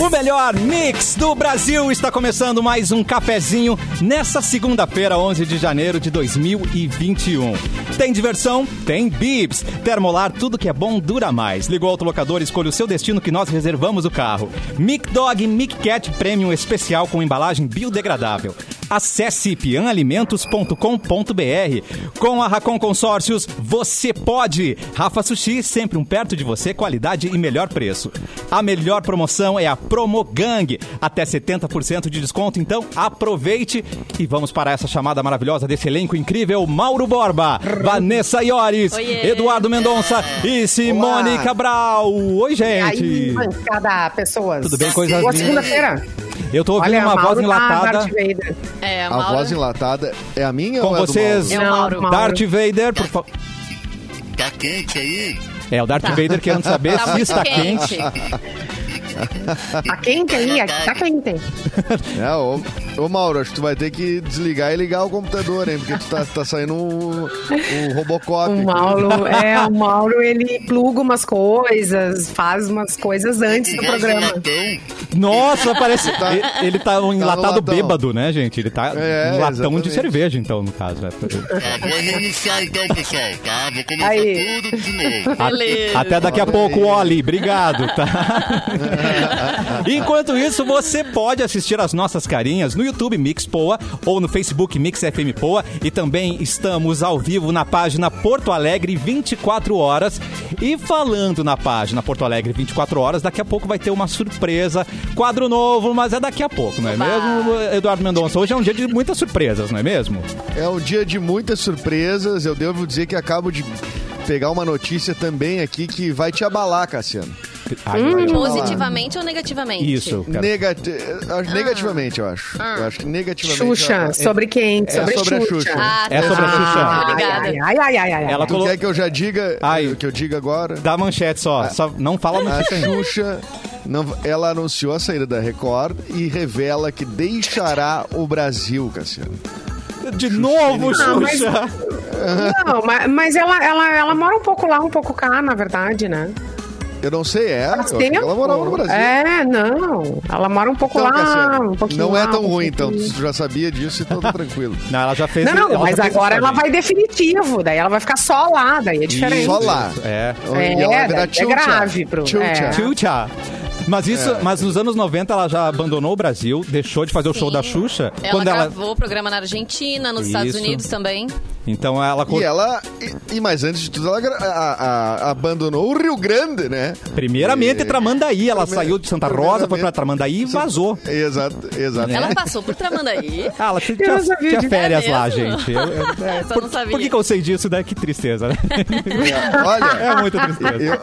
O melhor mix do Brasil está começando mais um cafezinho nessa segunda-feira, 11 de janeiro de 2021. Tem diversão? Tem bips. Termolar, tudo que é bom dura mais. Ligou outro locador, escolha o seu destino que nós reservamos o carro. Mic Dog Mic Cat Premium especial com embalagem biodegradável. Acesse pianalimentos.com.br. Com a Racon Consórcios, você pode. Rafa Sushi, sempre um perto de você, qualidade e melhor preço. A melhor promoção é a Promo Gang. Até 70% de desconto, então aproveite e vamos para essa chamada maravilhosa desse elenco incrível: Mauro Borba, Vanessa Iores, Oiê. Eduardo Mendonça e Simone Olá. Cabral. Oi, E aí, gente. cada pessoa. Tudo bem, coisas Boa lindas. segunda-feira. Eu tô ouvindo Olha, uma voz Mauro tá enlatada. Darth Vader. É, A Mauro. voz enlatada é a minha Com ou é a do vocês. É Mauro? o Mauro. Darth Vader, por favor. Tá quente aí? É, o Darth Tá. Vader querendo saber Tá se muito está quente. quente. Tá quente aí, aqui tá quente. É, ô, ô, Mauro, acho que tu vai ter que desligar e ligar o computador, hein? Porque tu tá, tá saindo o, o Robocop. O Mauro, é, o Mauro, ele pluga umas coisas, faz umas coisas é antes do tá programa. Então, Nossa, parece. Tá- ele- Ele tá um no enlatado latão. bêbado, né, gente? Ele tá É, um latão de exatamente. cerveja, então, no caso. né? tá, vou reiniciar então, pessoal, tá? Vou começar Aí. tudo de novo. A- Beleza. Até daqui a Olha pouco, aí. Oli. Obrigado, tá? Enquanto isso, você pode assistir as nossas carinhas no YouTube Mix Poa ou no Facebook Mix FM Poa. E também estamos ao vivo na página Porto Alegre 24 horas. E falando na página Porto Alegre 24 horas, daqui a pouco vai ter uma surpresa. Quadro novo, mas é daqui a pouco, não é Oba. mesmo, Eduardo Mendonça? Hoje é um dia de muitas surpresas, não é mesmo? É um dia de muitas surpresas. Eu devo dizer que acabo de pegar uma notícia também aqui que vai te abalar, Cassiano. Ai, Hum, vai, ó. Positivamente ou negativamente? Isso, cara. Negati- acho- Negativamente, eu acho. Eu acho que negativamente. Ah. Xuxa, ela- sobre quem? sobre, é, sobre a Xuxa. Xuxa. tá- Ah, tá. É sobre a Xuxa. Tô Ai, ligada. ai, ai, ai, ai, ai. Ela ai. Tu quer que eu já diga Ai. o que eu diga agora? Dá manchete só. só não fala A manchete ainda. Xuxa, não- ela anunciou a saída da Record e revela que deixará o Brasil, Cassiano. De novo, Ah, mas- Xuxa! Não, mas, mas ela, ela, ela mora um pouco lá, um pouco cá, na verdade, né? Eu não sei, é? Eu Faz acho que ela tempo. morava no Brasil. É, não. Ela mora um pouco Então, lá, Cassiano, um pouquinho não lá, é tão um ruim, então. pouquinho. Tu já sabia disso, então tá tranquilo. Não, ela já fez. Não, não, ela mas já fez agora isso ela pra vai definitivo, daí ela vai ficar só lá, daí é diferente. Só lá. mim. É. É, e ela daí é verá Tchutcha. grave, Bruno. Tchutcha. É. Tchutcha. Mas isso, mas nos anos 90 ela já abandonou o Brasil, deixou de fazer o show da Xuxa. Ela quando ela, gravou o programa na Argentina, nos Isso. Estados Unidos também. então ela co- E ela, e, e mais antes de tudo, ela gra- a- a- abandonou o Rio Grande, né? primeiramente E- Tramandaí, ela saiu de Santa Rosa, foi pra primeiramente- Tramandaí e vazou. Exato, exato. Né? Ela passou por Tramandaí. Ah, ela tinha, não sabia tinha disso. férias É lá, mesmo? gente. Eu, eu- é, Eu só por, não sabia. por que, que eu sei disso, né? Que tristeza, né? É, Olha, É muita tristeza. Eu,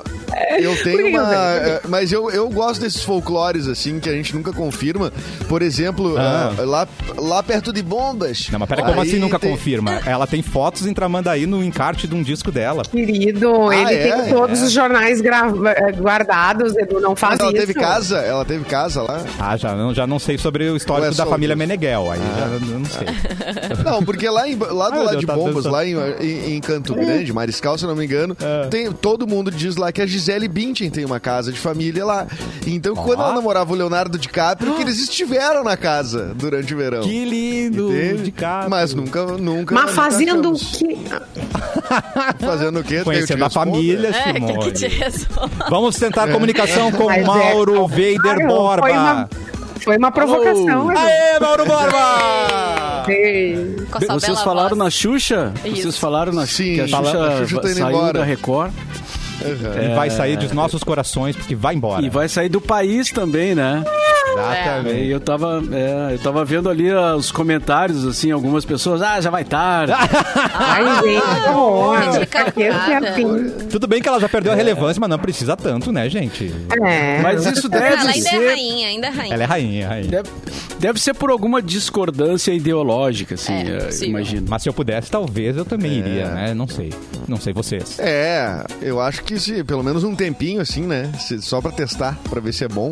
eu É. Por tenho que que uma. não tem? eh, Mas eu, eu gosto desses folclores, assim, que a gente nunca confirma. Por exemplo, Ah. ah, lá, lá perto de bombas. Não, mas peraí, como Aí assim nunca tem- confirma? Ela tem fotos em Tramandaí no encarte de um disco dela. Querido, Ah, ele é? tem todos É. os jornais gra- guardados, Edu, não faz Mas ela isso. teve casa? Ela teve casa lá? Ah, já não, já não sei sobre o histórico Ou é da só Ah, tá. família isso? Meneghel. Aí já eu não sei. Não, porque lá, em, lá do Ah, lado eu de tava bombas, pensando. lá em, em, em Canto É. Grande, Mariscal, se eu não me engano, É. tem, todo mundo diz lá que a Gisele Bündchen tem uma casa de família lá. Então, quando Ó. ela namorava o Leonardo DiCaprio, que eles estiveram na casa durante o verão. Que lindo! Entende? De cara. Mas nunca, nunca. Mas fazendo o nunca achamos. quê? Fazendo o quê? Eu te Conhecendo a respondo. família, É, que, Simone. que te responde? Vamos tentar comunicação com Mas é, Mauro não, Vader claro, Borba. Foi uma, foi uma provocação, Edu. Aê, Mauro Borba! Ei, Com a sua Vocês bela falaram voz. na Xuxa? Isso. Vocês falaram na Sim, que a fala- Xuxa, a Xuxa tá indo saiu embora. da Record Aham. Ele vai sair dos nossos corações porque vai embora. e vai sair do país também, né? E Exatamente. eu tava, é, eu tava vendo ali ah, os comentários, assim, algumas pessoas, ah, já vai tarde. ai, Ah, gente, que horror. gente, Pra que é assim, eu calculada. quero fim? Tudo bem que ela já perdeu a relevância, mas não precisa tanto, né, gente? É. Mas isso Ela deve ainda é ser. rainha, ainda é rainha. Ela é rainha, rainha. Deve, deve ser por alguma discordância ideológica, assim, É, eh, possível. imagino. Mas se eu pudesse, talvez eu também iria, né? Não sei. Não sei vocês. É, eu acho que se, pelo menos um tempinho assim, né? Se- só pra testar, pra ver se é bom.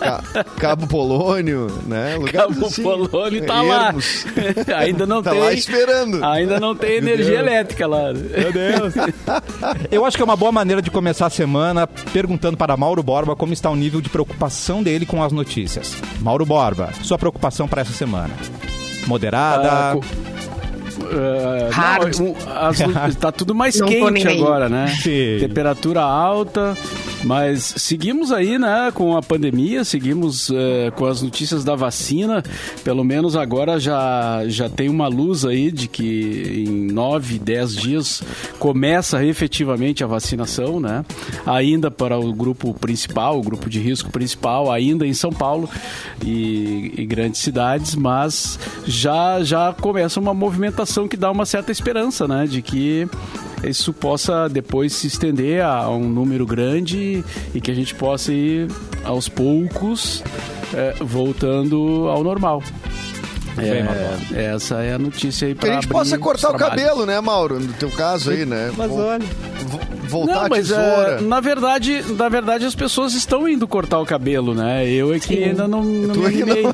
Ca- Cabo Polônio, né? Lugares Cabo assim, Polônio tá lá. ermos. Ainda não Tá tem. lá esperando. Ainda não tem energia elétrica lá. Meu Deus. Eu acho que é uma boa maneira de começar a semana perguntando para Mauro Borba como está o nível de preocupação dele com as notícias. Mauro Borba, sua preocupação para essa semana? Ah, tá. Ah, Moderada. é, Hard. tá tudo mais Não tô quente nem aí. agora, né? Sim. Temperatura alta. Mas seguimos aí, né, com a pandemia, seguimos eh, com as notícias da vacina. Pelo menos agora já, já tem uma luz aí de que em 9, 10 dias começa efetivamente a vacinação, né? Ainda para o grupo principal, o grupo de risco principal, ainda em São Paulo e, e grandes cidades, mas já, já começa uma movimentação que dá uma certa esperança, né? De que isso possa depois se estender a um número grande e que a gente possa ir aos poucos eh, voltando ao normal. bem, É, Manuel. essa é a notícia aí Que para a gente possa cortar o cabelo, né, Mauro? No teu caso aí, né? Vol- vo- Voltar Não, mas a eh, tesoura. na verdade, na verdade as pessoas estão indo cortar o cabelo, né? Eu é que ainda não, não Tu me é que não. animei.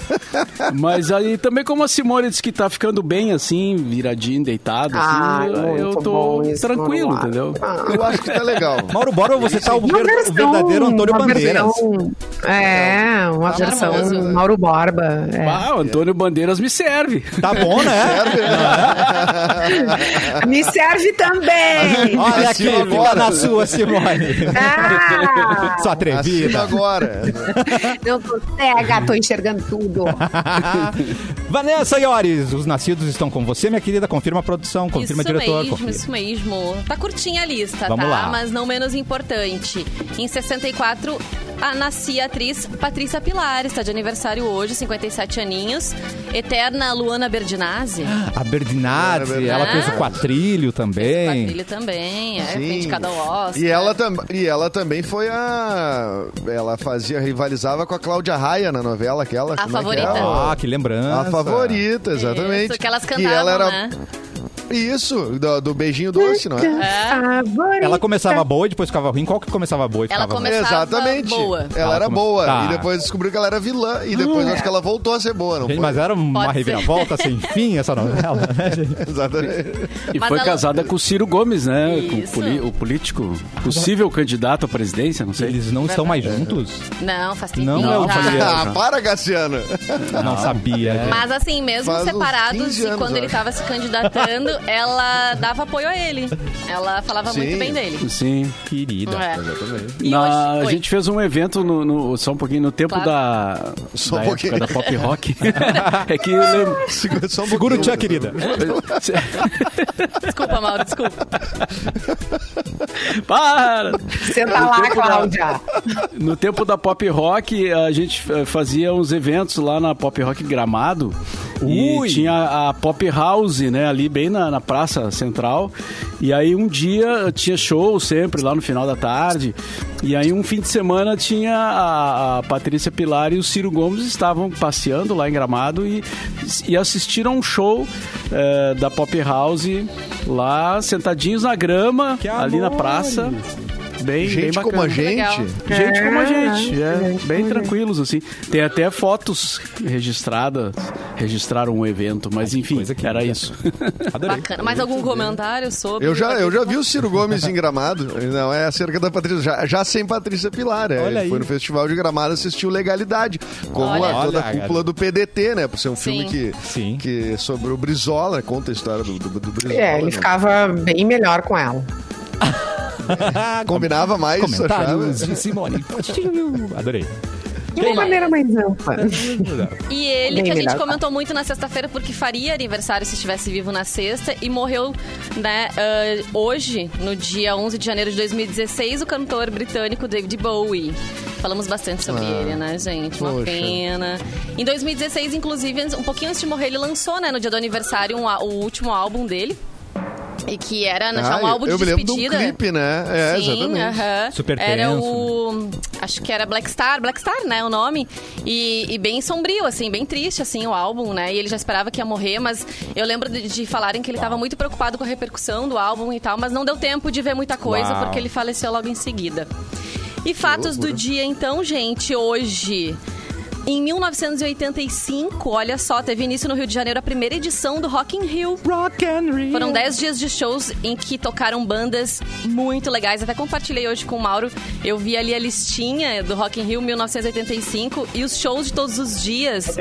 Mas aí também como a Simone disse que tá ficando bem assim, viradinho, deitado, Ah, assim, eu- eu muito tô bom isso, Ah, tranquilo, Manuel. entendeu? Eu acho que tá legal. Mauro Borba, você tá o, Uma ver- versão, o verdadeiro Antônio uma Bandeiras. versão- é, uma versão maravilhoso, né? Mauro Borba. é. Ah, o Antônio Bandeiras me serve. Tá bom, né? Me serve também! Olha aqui, Assina fica agora. na sua, Simone. Ah, Sua Assina atrevida. agora. eu tô cega, tô enxergando tudo. Vanessa Iores, os nascidos estão com você, minha querida. Confirma a produção, confirma isso diretor. mesmo, confirma. isso mesmo. Tá curtinha a lista, Vamos tá? lá. Mas não menos importante. Em 64, a nascia a atriz Patrícia Pilar, está de aniversário hoje, 57 aninhos. Eterna Luana Berdinazzi. A Berdinazzi, Luana ela Berdinazzi. fez o quadrilho também. Patrícia também, é, Sim. tem de cada Oscar. E ela, tam e ela também foi a. Ela fazia, rivalizava com a Cláudia Raia na novela aquela. A como é que favorita. era? Ah, que lembrança. A favorita, exatamente. Isso, que elas E cantavam, ela era né? Isso, do, do beijinho doce, não é? Favorita. Ela começava boa e depois ficava ruim. Qual que começava boa e Ela ficava come- Começava Exatamente. boa. Ela Ah, era come- boa. Tá. E depois descobriu que ela era vilã. E depois Ah. acho que ela voltou a ser boa, não ruim? Gente, foi? mas era uma Pode ser. reviravolta sem fim essa novela. né, gente? Exatamente. E Mas foi ela- casada com o Ciro Gomes, né? Com o, Isso. poli- o político, possível candidato à presidência, não sei. Eles não estão mais juntos? Não, faz tempo. Não, eu falei- Ah, para, Cassiano. Não sabia. Mas assim, mesmo Faz uns separados, 15 e anos, quando eu ele acho. tava se candidatando, ela dava apoio a ele. Ela falava muito Sim. bem dele. Sim. Querida. É. E Na- hoje- a Oi. gente fez um evento no, no- só um pouquinho no tempo Claro. da, Só da um pouquinho. época da pop rock. é que eu lembro. Segura, só um Segura o pouquinho. tchau, querida. Desculpa, Mauro, desculpa. Para! Senta lá, Cláudia. No tempo da pop rock, a gente eh, fazia uns eventos lá na pop rock Gramado. Ui! E tinha a Pop House, né? Ali bem na, na Praça Central. E aí um dia tinha show sempre lá no final da tarde. E aí um fim de semana tinha a, a Patrícia Pilar e o Ciro Gomes estavam passeando lá em Gramado e, e assistiram um show eh, da Pop House lá sentadinhos na grama, Que ali na amor! praça. Bem, bem Gente bacana. como a legal. gente. Gente como a É, gente, é, gente bem tranquilos, assim. Tem até fotos registradas, registraram o evento, mas enfim, coisa que é. era linda. isso. Adorei. Bacana. Mais algum comentário sobre. Eu já, eu já vi o Ciro Gomes em Gramado. Não, é acerca da Patrícia. Já, já sem Patrícia Pilar. É. Olha Ele aí. Foi no Festival de Gramado assistiu Legalidade. Como Olha. a, toda Olha, a cúpula do PDT, né? Por ser um Sim. filme que, Sim. que é sobre o Brizola. Conta a história do, do, do Brizola. É, ele né? ficava bem melhor com ela. Combinava mais, Ah, Comentários achava? de Simone. Postinho. Adorei. De uma maneira mais ampla. E ele, Bem que a gente melhor. comentou muito na sexta-feira, porque faria aniversário se estivesse vivo na sexta, e morreu né, ah, hoje, no dia 11 de janeiro de 2016, o cantor britânico David Bowie. Falamos bastante sobre Ah, ele, né, gente? Uma poxa. pena. Em 2016, inclusive, antes- um pouquinho antes de morrer, ele lançou, né, no dia do aniversário, um á- o último álbum dele. E que era né, já Ah, um álbum eu de me lembro de um despedida. clipe, né? É, Sim, exatamente. aham. Super Era tenso, né? o. Acho que era Black Star, Black Star, né? O nome. E, e bem sombrio, assim, bem triste, assim, o álbum, né? E ele já esperava que ia morrer, mas eu lembro de, de falarem que ele estava muito preocupado com a repercussão do álbum e tal, mas não deu tempo de ver muita coisa, Uau. porque ele faleceu logo em seguida. E fatos do dia, então, gente, hoje. Em 1985, olha só, teve início no Rio de Janeiro a primeira edição do Rock in Rio. Rock and Rio. Foram 10 dias de shows em que tocaram bandas muito legais. Até compartilhei hoje com o Mauro. Eu vi ali a listinha do Rock in Rio 1985 e os shows de todos os dias.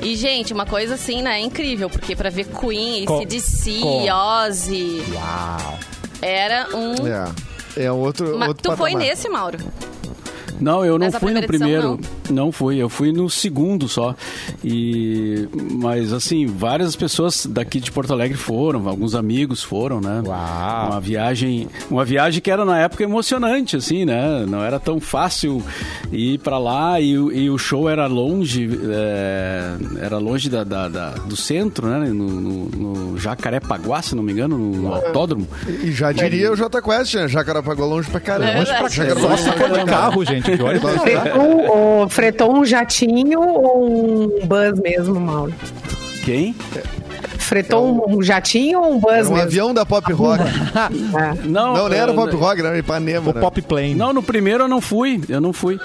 E, gente, uma coisa assim, né? Incrível, porque pra ver Queen, Co- ACDC, co- Ozzy, Uau. era um... É, é outro, uma- outro Tu foi patamar. nesse, Mauro? Não, eu não Nessa fui no primeira edição, primeiro. não. fui, eu fui no segundo só. E mas assim, várias pessoas daqui de Porto Alegre foram, alguns amigos foram, né? Uau. Uma viagem, uma viagem que era na época emocionante assim, né? Não era tão fácil ir pra lá e, o- e o show era longe, é, era longe da, da- da- do centro, né? No, no, no Jacarepaguá, se não me engano, no, no autódromo. E já diria o Jota Quest, né? Jacarepaguá longe pra caramba. É Longe pra verdade. caramba. Só se for de carro, gente. que Olha, Fretou, ou fretou um jatinho ou um bus mesmo, Mauro? Quem? Fretou um, um jatinho ou um bus Era um mesmo? avião da Pop Rock. É. Não, Não, não era eh, Pop Rock, era Ipanema. o né? pop plane. Não, no primeiro eu não fui, eu não fui.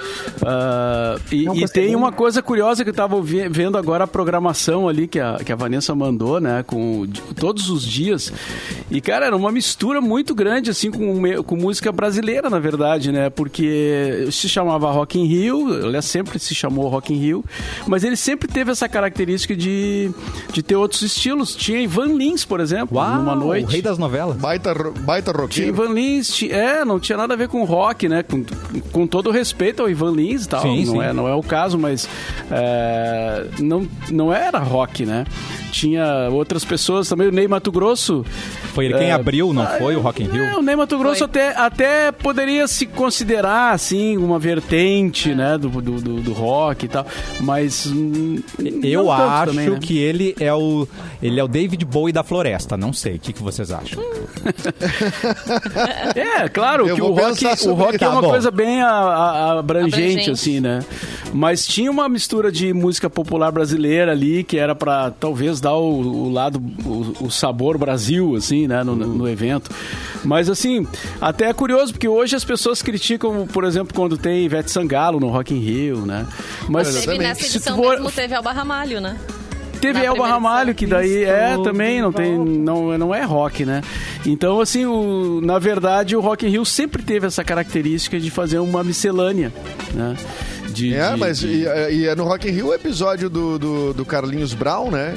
Ah, e, Não e conseguiu. tem uma coisa curiosa que eu tava ouvi- vendo agora a programação ali que a, que a Vanessa mandou, né? Com o di- todos os dias. E, cara, era uma mistura muito grande, assim, com, me- com música brasileira, na verdade, né? Porque se chamava Rock in Rio, aliás, sempre se chamou Rock in Rio, mas ele sempre teve essa característica de, de ter outros estilos. Tinha Ivan Lins, por exemplo, Uau, numa o noite. rei das novelas. Baita, ro- baita Tinha roqueiro. Ivan Lins, ti- é, não tinha nada a ver com rock, né? Com, com todo o respeito ao Ivan Lins e tal, Sim, não, sim. É, não é o caso, mas é, não, não era rock, né? Tinha outras pessoas também, o Ney Mato Grosso. Foi ele quem É, abriu, não foi? O Rock in É, Rio. o Ney Mato Grosso Foi. até, até poderia se considerar, assim, uma vertente, né, do, do, do- do rock e tal, mas... hum, Eu não tanto acho também, né? que ele é o ele é o David Bowie da floresta. Não sei. O que, que vocês acham? É, claro, Eu que o vou rock, pensar o sobre rock isso. é uma Tá bom. coisa bem a- a- abrangente, Abrangente. assim, né? Mas tinha uma mistura de música popular brasileira ali, que era pra talvez dar o, o lado, o, o sabor Brasil, assim, né, no, no evento. Mas, assim, até é curioso, porque hoje as pessoas criticam, por exemplo, quando tem Ivete Sangalo no Rock in Rio, né? Mas Teve Exatamente. nessa se tu edição for- mesmo, teve Alba Ramalho, né? Teve Na Elba primeira Ramalho, que daí é também, não tem, não, não é rock, né? Então, assim, o, na verdade, o Rock in Rio sempre teve essa característica de fazer uma miscelânea, né? De, É, de- mas de- e, e é no Rock in Rio o episódio do, do, do Carlinhos Brown, né?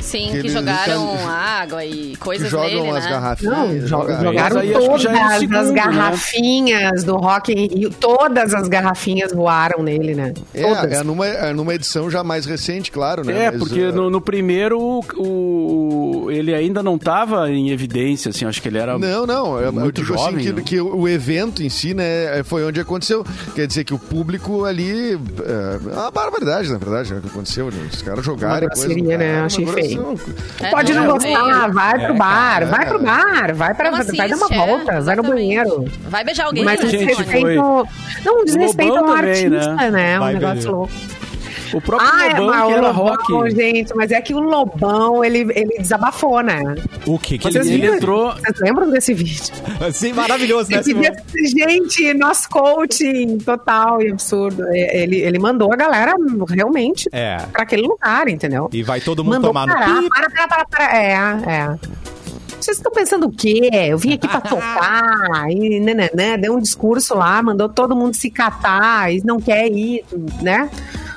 Sim, Que que, eles- jogaram que- água e coisas Jogam nele, as né? garrafinhas. Não, jo- joga- jogaram aí acho que todas já é o segundo, as né? garrafinhas do Rock in Rio. Todas as garrafinhas voaram nele, né? Todas. É, é numa, é numa edição já mais recente, claro, né? É, Mas, porque uh, no, no primeiro o, o- ele ainda não estava em evidência, assim, acho que ele era. Não, não. Eu, eu muito digo jovem, assim que, né? que o evento em si, né, foi onde aconteceu. Quer dizer que o público ali. É, é uma barbaridade, na verdade, né, que aconteceu. né? Os caras jogaram. Uma grosseria, né? Achei feio. assim, É, Pode não é gostar, feio. vai É, pro bar, vai pro bar, vai, pra, Não vai dar assiste, uma é, volta, vai no exatamente. banheiro. Vai beijar alguém, Mas né, um gente, Simone? desrespeito. Não, um desrespeito Lobão ao também, artista, né? né? Um Vai, negócio beleza. louco. Ah, O próprio Lobão, é, mas que o era Lobão, rock. gente, mas é que o Lobão, ele, ele desabafou, né? O que que Vocês ele... viram? entrou- Vocês lembram desse vídeo? Sim, maravilhoso, né? Esse Simone? dia- gente, nosso coaching total e absurdo. É, Ele, ele mandou a galera realmente É. pra aquele lugar, entendeu? E vai todo mundo mandou tomar no parar, pi. para, para, para, para. É, é. Vocês estão pensando o quê? Eu vim aqui pra tocar, e nananã, deu um discurso lá, mandou todo mundo se catar, e não quer ir, né?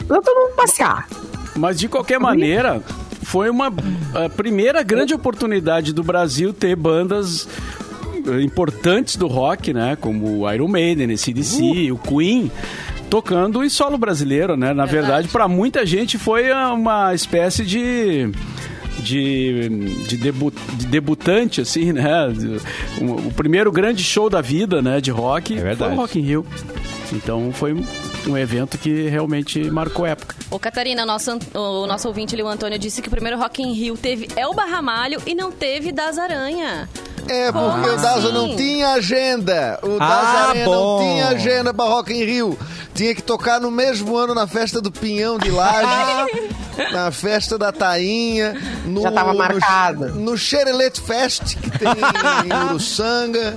Mandou todo mundo passear. Mas de qualquer maneira, foi uma a primeira grande oportunidade do Brasil ter bandas eh, importantes do rock, né? Como o Iron Maiden, Uh. CDC, o Queen, tocando em solo brasileiro, né? Na verdade, Verdade. pra muita gente foi ah, uma espécie de de, de, debu- de debutante assim, né? De- um- O primeiro grande show da vida, né, de É rock, verdade. foi o Rock in Rio. Então foi um- um evento que realmente marcou época. Ô, Catarina, o nosso, an- o nosso ouvinte ali, o Antônio, disse que o primeiro Rock in Rio teve Elba Ramalho e não teve Das Aranha. É, Como porque o Daza assim? não tinha agenda. O Daza Ah, Arena bom. não tinha agenda pra Rock in Rio. Tinha que tocar no mesmo ano na festa do Pinhão de Lages, na festa da Tainha, no, Já tava marcado. No, no Xerelete Fest, que tem em Uruçanga.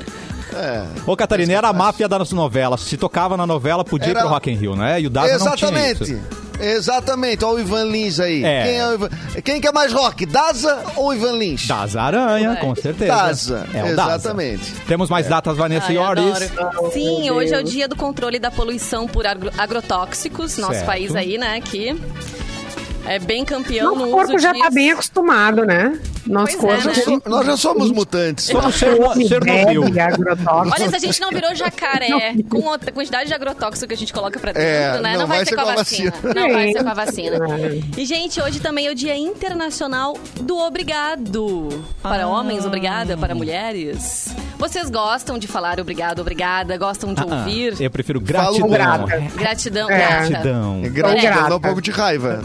É. Ô, Catarina, era a máfia da nossa novela. Se tocava na novela, podia ir Era- pro Rock in Rio, né? E o Daza não tinha Exatamente. isso. Exatamente, olha o Ivan Lins aí. É. Quem, é o Ivan... Quem que é mais rock, Daza ou Ivan Lins? Das Aranha, com certeza. Daza, É o Daza. exatamente. Temos É. mais datas, Vanessa Ai, e Oris. adoro. Sim, meu hoje é o Deus. dia do controle da poluição por agro- agrotóxicos, nosso Certo. país aí, né, que é bem campeão Nosso no corpo uso já disso. tá bem acostumado, né? Nosso Pois é, corpo. né? So- Nós já somos mutantes. Somos Cherno- Chernobyl. Bebe agrotóxico. Olha, se a gente não virou jacaré com a quantidade de agrotóxico que a gente coloca pra dentro, É, né? Não, vai, ser com a vacina. vacina. Não vai É. ser com a vacina. É. E, gente, hoje também é o Dia Internacional do Obrigado. Para homens, obrigada. Para mulheres. Vocês gostam de falar obrigado, obrigada? Gostam de Ah, ouvir? Eu prefiro Falo gratidão. grata. Gratidão, É. grata. Gratidão. É grata, Grata. dá um pouco de raiva.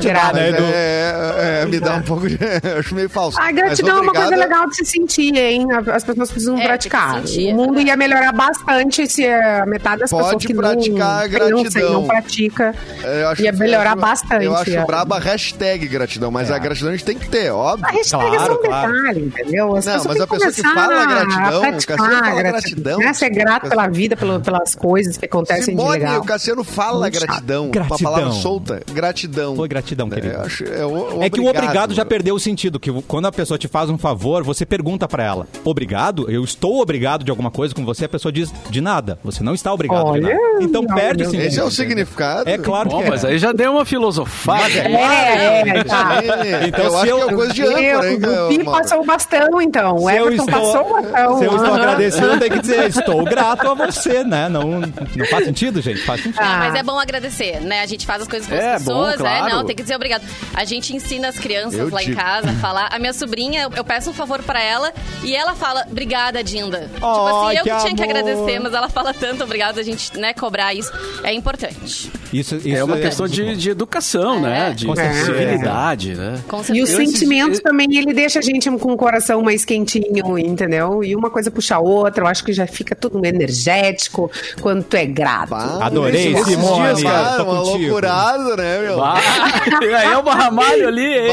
Grata, Mas Edu. é, é, é, me dá um pouco de. Eu acho meio falso. A gratidão é uma coisa legal de se sentir, hein? As pessoas precisam É, tem que praticar. sentir, o mundo né? ia melhorar bastante se a metade das Pode pessoas que praticar a não, pensa e gratidão. não pratica é, Eu acho, ia melhorar eu acho- bastante. Eu acho é. braba a hashtag gratidão, mas É. a gratidão a gente tem que ter, óbvio. A hashtag é só um Claro, claro. detalhe, entendeu? As Não, pessoas mas têm a pessoa que fala começar gratidão, a o praticar Cassiano fala gratidão, gratidão. Né? Ser grato pela vida, pelo- pelas coisas que acontecem de Simone, legal. o Cassiano fala Muito chato. gratidão, Gratidão. uma palavra solta, gratidão. Foi gratidão, querido. eu acho- é o- É que o obrigado já perdeu o sentido, que quando a pessoa te faz um favor, você pergunta pra ela: "Obrigado? Eu estou obrigado de alguma coisa com você?" A pessoa diz: "De nada. Você não está obrigado de Olha, nada." Então não, perde o meu sentido. Esse é o significado. É claro Bom, que mas é. aí já deu uma filosofada. É, é, tá. É, Então, eu se acho eu- que é coisa de né, Eu, um âncora, hein, o Pi Mauro? passou o bastão, então. O Se eu Everton estou- passou o bastão. Se eu estou Aham. agradecendo, tem que dizer, estou grato a você, né? Não, não faz sentido, gente? Faz sentido. Ah. É, mas é bom agradecer, né? A gente faz as coisas com É, as pessoas, bom, claro. é, não, tem que dizer obrigado. A gente ensina as crianças Eu lá em digo. casa a falar. A minha sobrinha, eu, eu peço um favor pra ela e ela fala, obrigada, Dinda. tipo Oh, assim, eu que que, tinha que amor. agradecer, mas ela fala tanto obrigado, a gente, né, cobrar isso é importante. Isso, isso É uma questão de, de educação, né? É. De Com certeza. civilidade, né? Com E o certeza. esses- sentimento eu- também, ele deixa a gente com o coração mais quentinho, entendeu? E uma coisa puxa a outra, eu acho que já fica tudo energético quando tu é grato. Pá, Adorei, esses dias, Simone, pá, tô Uma contigo. loucurada, né, meu? Bah, é o barramalho ali, hein?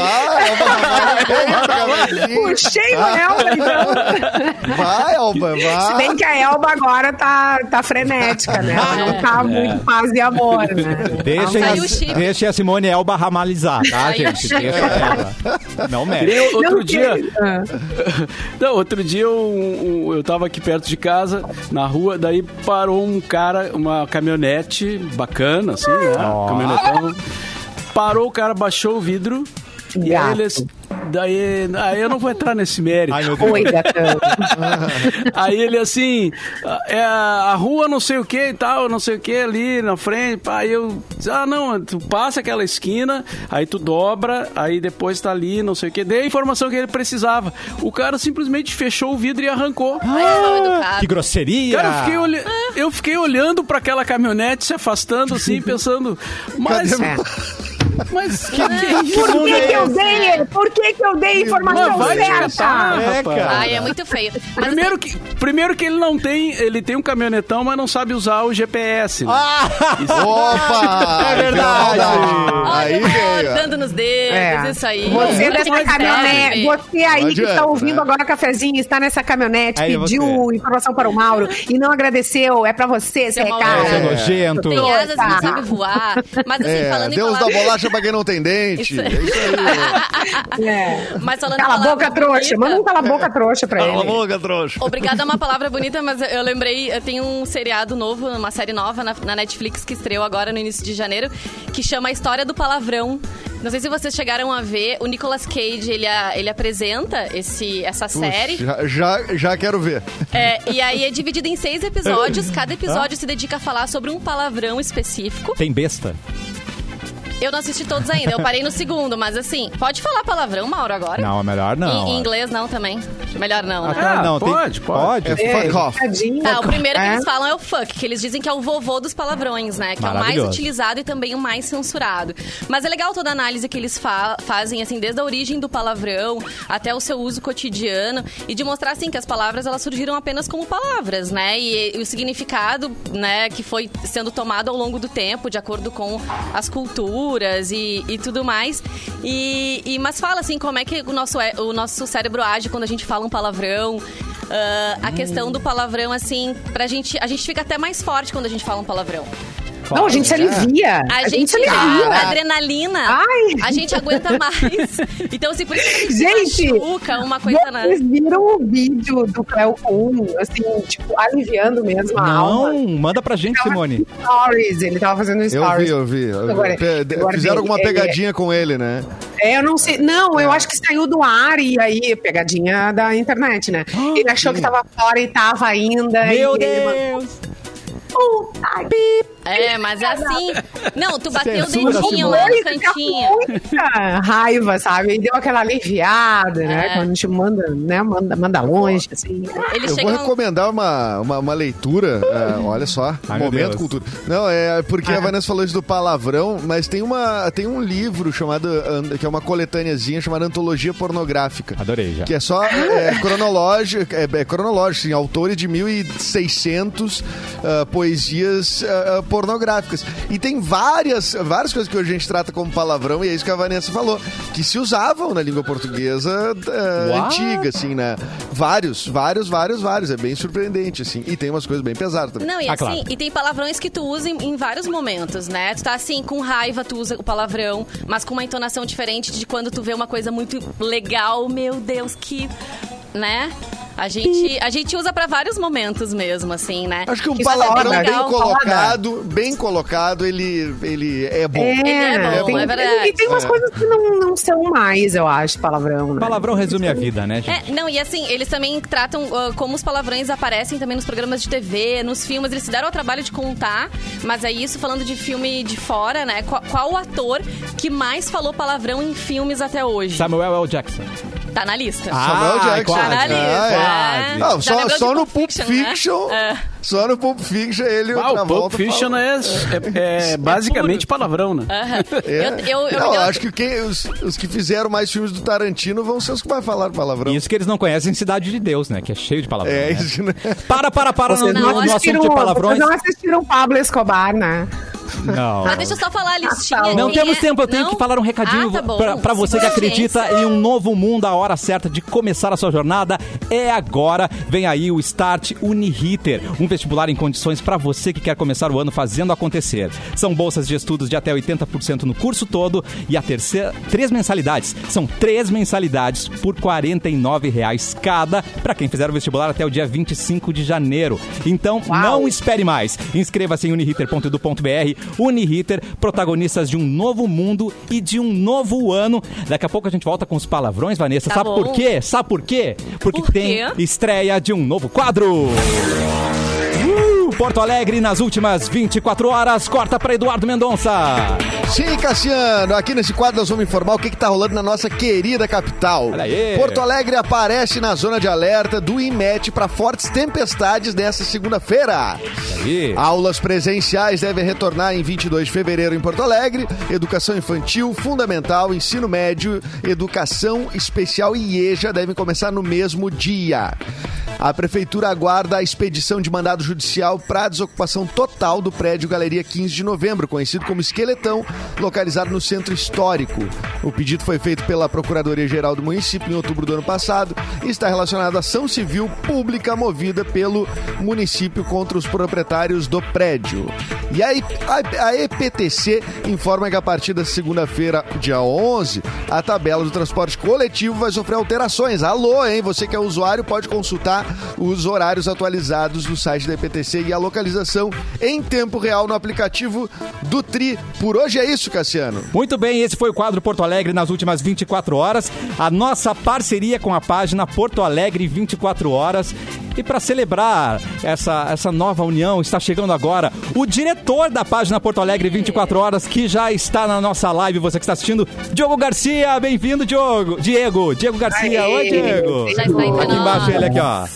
Vai, Alba, vai, vai, Puxei o Elba, então. vai, Alba, Se vai. bem que a Elba agora tá, tá frenética, né? Ela não É. tá muito paz de amor, né? Deixem, Saiu as- o chip. deixem a Simone Elba ramalizar, Saiu tá, o gente? chip. Deixa ela. Não Que mexe. nem outro Não, dia, que- Ah. Não, outro dia um- um- eu tava aqui perto de casa, na rua, daí parou um cara, uma caminhonete bacana, assim, né? Caminhonetão. Parou o cara, baixou o vidro. E aí Gato. eles. Daí. Aí eu não vou entrar nesse mérito. Ai, meu Deus. Oi, gatão. Aí ele assim, ah, é a rua não sei o que e tal, não sei o que ali na frente. pá, Aí eu, disse, ah não, tu passa aquela esquina, aí tu dobra, aí depois tá ali, não sei o que. Dei a informação que ele precisava. O cara simplesmente fechou o vidro e arrancou. Ai, eu sou educada. Que grosseria! Cara, eu fiquei, olha- eu fiquei olhando pra aquela caminhonete se afastando assim, pensando, mas, É. mas que, que é isso? Por que, que eu dei? Por que, que eu dei a Mas informação vai te catar, certa? É, rapaz. cara. Ai, é muito feio. Mas Primeiro que, primeiro que ele não tem, ele tem um caminhonetão, mas não sabe usar o GPS. né? Opa! É verdade. Aí Olha, assim, o Mauro veio. ó. dando nos dedos, isso aí. É. Você Não dessa adianta, caminhonete, gente. você Não aí que adianta, está ouvindo né? é agora o cafezinho, está nessa caminhonete, Aí pediu você. informação para o Mauro e não agradeceu, é para você, esse Seu Mauro. recado. Seu nojento. Tem Nossa. asas que não sabe voar. Mas assim, É, falando em Deus dá palavras- bolacha pra quem não tem dente. Isso. É isso aí. É. Mas falando em Cala a palavra boca, trouxa. bonita- Manda um cala a boca, trouxa pra É. Cala a ele. boca, trouxa. Obrigada é uma palavra bonita, mas eu lembrei, eh, tem um seriado novo, uma série nova na, na Netflix que estreou agora no início de janeiro, que chama A História do Palavrão. Não sei se vocês chegaram a ver, o Nicolas Cage, ele, a- ele apresenta esse, essa série. Já, já, já quero ver. É, e aí é dividido em seis episódios, cada Ah. episódio se dedica a falar sobre um palavrão específico. Tem besta? Eu não assisti todos ainda, eu parei no segundo, mas assim, pode falar palavrão, Mauro, agora? Não, é melhor não. Em, em inglês não também. Melhor não, né? Ah, não, tem- pode, pode. É fuck off. Tadinho. Tá, o primeiro que É. eles falam é o fuck, que eles dizem que é o vovô dos palavrões, né? Que é o mais Maravilhoso. utilizado e também o mais censurado. Mas é legal toda a análise que eles fa- fazem, assim, desde a origem do palavrão até o seu uso cotidiano e de mostrar, assim, que as palavras elas surgiram apenas como palavras, né? E, e o significado, né, que foi sendo tomado ao longo do tempo, de acordo com as culturas e, e tudo mais. E, e- mas fala, assim, como é que o nosso, é- o nosso cérebro age quando a gente fala um palavrão. Ah, a questão do palavrão, assim, pra gente. A gente fica até mais forte quando a gente fala um palavrão. Não, a gente se alivia. né? A gente é se alivia. a adrenalina. Ai. A gente aguenta mais. Então, assim, por isso que a gente, se Gente, machuca uma coisa na. Vocês viram o vídeo do Cleo Kuhn, assim, tipo, aliviando mesmo a alma? Não, manda pra gente, Simone. Stories, ele tava fazendo stories. Eu vi, eu vi. eu vi. Agora- Pe- de- agora Fizeram bem, alguma é- pegadinha com ele, né? É, eu não sei. Não, Tá. eu acho que saiu do ar e aí, pegadinha da internet, né? ele achou que tava fora e tava ainda. Ah, Meu e ele mandou, um Deus! Puta, É, mas é assim. Não, tu bateu o Censura, dedinho Simone. lá no Ai, fica cantinho. muita raiva, sabe? E deu aquela aliviada, né? É. Quando a gente manda, né? Manda, manda longe, assim. Ele Eu vou chega. num- recomendar uma, uma, uma leitura, é, olha só, Ai, meu momento Deus. cultura. Não, é porque a Vanessa falou isso do palavrão, mas tem, uma, tem um livro chamado, and- que é uma coletâneazinha chamada Antologia Pornográfica. Adorei Tá. já. Que é só Ah. é, cronológico, é, é cronológico, sim, autores de 1.600 ah, poesias ah, ah, pornográficas. E tem várias, várias coisas que hoje a gente trata como palavrão, e é isso que a Vanessa falou, que se usavam na língua portuguesa ah, What? antiga, assim, né? Vários, vários, vários, vários. É bem surpreendente, assim. E tem umas coisas bem pesadas também. Não, e Ah, assim, claro. e tem palavrões que tu usa em, em vários momentos, né? Tu tá assim, com raiva, tu usa o palavrão, mas com uma entonação diferente de quando tu vê uma coisa muito legal, meu Deus, que. né? A gente, a gente usa pra vários momentos mesmo, assim, né? Acho que um Isso é palavrão legal. bem colocado, bem colocado, ele, ele é bom. é bom, tem- é verdade. E tem umas É. coisas que não, não são mais, eu acho, palavrão, né? Palavrão resume a vida, né, gente? É, não, e assim, eles também tratam ah, como os palavrões aparecem também nos programas de TV, nos filmes. Eles se deram ao trabalho de contar, mas é isso, falando de filme de fora, né? Qual, qual o ator que mais falou palavrão em filmes até hoje? Samuel L. Jackson. Tá na lista. Samuel Jackson. tá na quase. lista. Ah, é. né? Não, Já só, lembrou só de no Pulp Fiction. né? É. Só no Pulp Fiction ele. Ah, o Pulp Fiction é, é- é basicamente palavrão, né? Eu, eu, eu, É. Não, eu- acho que quem- os, os que fizeram mais filmes do Tarantino vão ser os que vai falar palavrão. Isso que eles não conhecem Cidade de Deus, né? Que é cheio de palavrões. né? É isso, né? Para, para, para no, Vocês no, não, no assunto assistiram, de palavrões. vocês um, não assistiram Pablo Escobar, né? Não. Mas deixa eu só falar a listinha. Não quem temos é- tempo, eu tenho Não? que falar um recadinho ah, tá bom. pra pra você que acredita em um novo mundo, a hora certa de começar a sua jornada é agora. Vem aí o Start Uniriter, um vestibular em condições pra você que quer começar o ano fazendo acontecer. São bolsas de estudos de até 80% no curso todo e a terceira, três mensalidades. São três mensalidades por R$ 49 reais cada pra quem fizer o vestibular até o dia 25 de janeiro. Então, não espere mais. Inscreva-se em uniriter.edu.br. Uniriter, protagonistas de um novo mundo e de um novo ano. Daqui a pouco a gente volta com os palavrões, Vanessa. Tá Sabe bom. por quê? Sabe por quê? Porque Por tem quê? estreia de um novo quadro. Uh, Porto Alegre nas últimas 24 horas. Corta para Eduardo Mendonça. Sim, Cassiano, aqui nesse quadro nós vamos informar o que está rolando na nossa querida capital. Olha aí. Porto Alegre aparece na zona de alerta do IMET para fortes tempestades nesta segunda-feira. Aí. Aulas presenciais devem retornar em 22 de fevereiro em Porto Alegre. Educação infantil, fundamental, ensino médio, educação especial e IEJA devem começar no mesmo dia. A prefeitura aguarda a expedição de mandado judicial para a desocupação total do prédio Galeria 15 de Novembro, conhecido como Esqueletão, localizado no centro histórico. O pedido foi feito pela Procuradoria-Geral do município em outubro do ano passado e está relacionado à ação civil pública movida pelo município contra os proprietários do prédio. E aí, a, a EPTC informa que a partir da segunda-feira, dia 11, a tabela do transporte coletivo vai sofrer alterações. Alô, hein? Você que é usuário pode consultar os horários atualizados no site da EPTC e a localização em tempo real no aplicativo do Tri. Por hoje é isso, Cassiano. Muito bem, esse foi o quadro Porto Alegre nas últimas 24 horas. A nossa parceria com a página Porto Alegre 24 horas. E para celebrar essa, essa nova união, está chegando agora o diretor da página Porto Alegre 24 horas, que já está na nossa live, você que está assistindo, Diogo Garcia. Bem-vindo, Diogo. Diego, Diego Garcia. Aê, Oi, Já Diego. está entre Aqui nós. embaixo ele aqui, ó. A-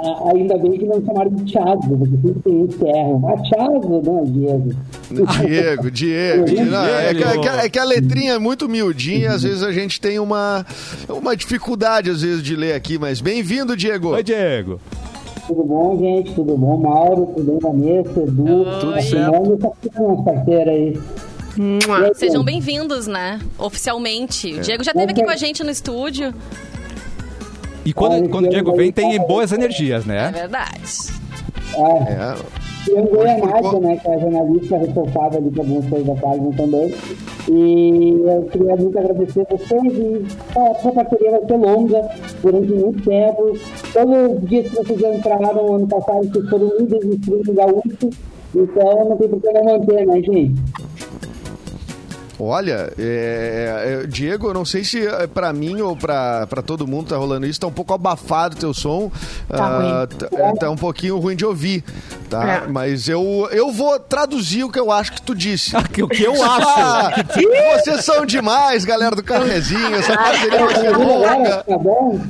Ah, Ainda bem que não chamaram de Thiago, porque sempre tem esse erro. Ah, Thiago, não, Diego. Diego, Diego. Diego. Não, é, que, é que- é que a letrinha é muito miudinha, às vezes a gente tem uma, uma dificuldade, às vezes, de ler aqui, mas bem-vindo, Diego. Oi, Diego. Tudo bom, gente? Tudo bom, Mauro? Tudo bem, Vanessa? Edu? Tudo certo. Tudo parceiro aí. Mua. Sejam bem-vindos, né? Oficialmente. É. O Diego já esteve aqui com a gente no estúdio. E quando, quando o Diego vem, tem boas energias, É né? verdade. É, É, e eu ganhei a Hoje Nádia, ficou- né, que é a jornalista ressaltada ali para algumas coisas da página também. E eu queria muito agradecer a vocês e ó, essa parceria vai ser longa durante muito tempo. Todos os dias que vocês entraram ano passado, vocês foram líderes do Espírito Gaúcho. Então não tem por que não manter, né, gente? Olha, é, é, é, Diego, eu não sei se é pra mim ou pra pra todo mundo tá rolando isso, tá um pouco abafado o teu som. Tá Ah, tá, é, tá um pouquinho ruim de ouvir, tá? É. Mas eu, eu vou traduzir o que eu acho que tu disse. O que eu acho? Ah, vocês são demais, galera do Cafezinho, essa parceria vai ser Tá ouvindo agora? longa. Tá bom?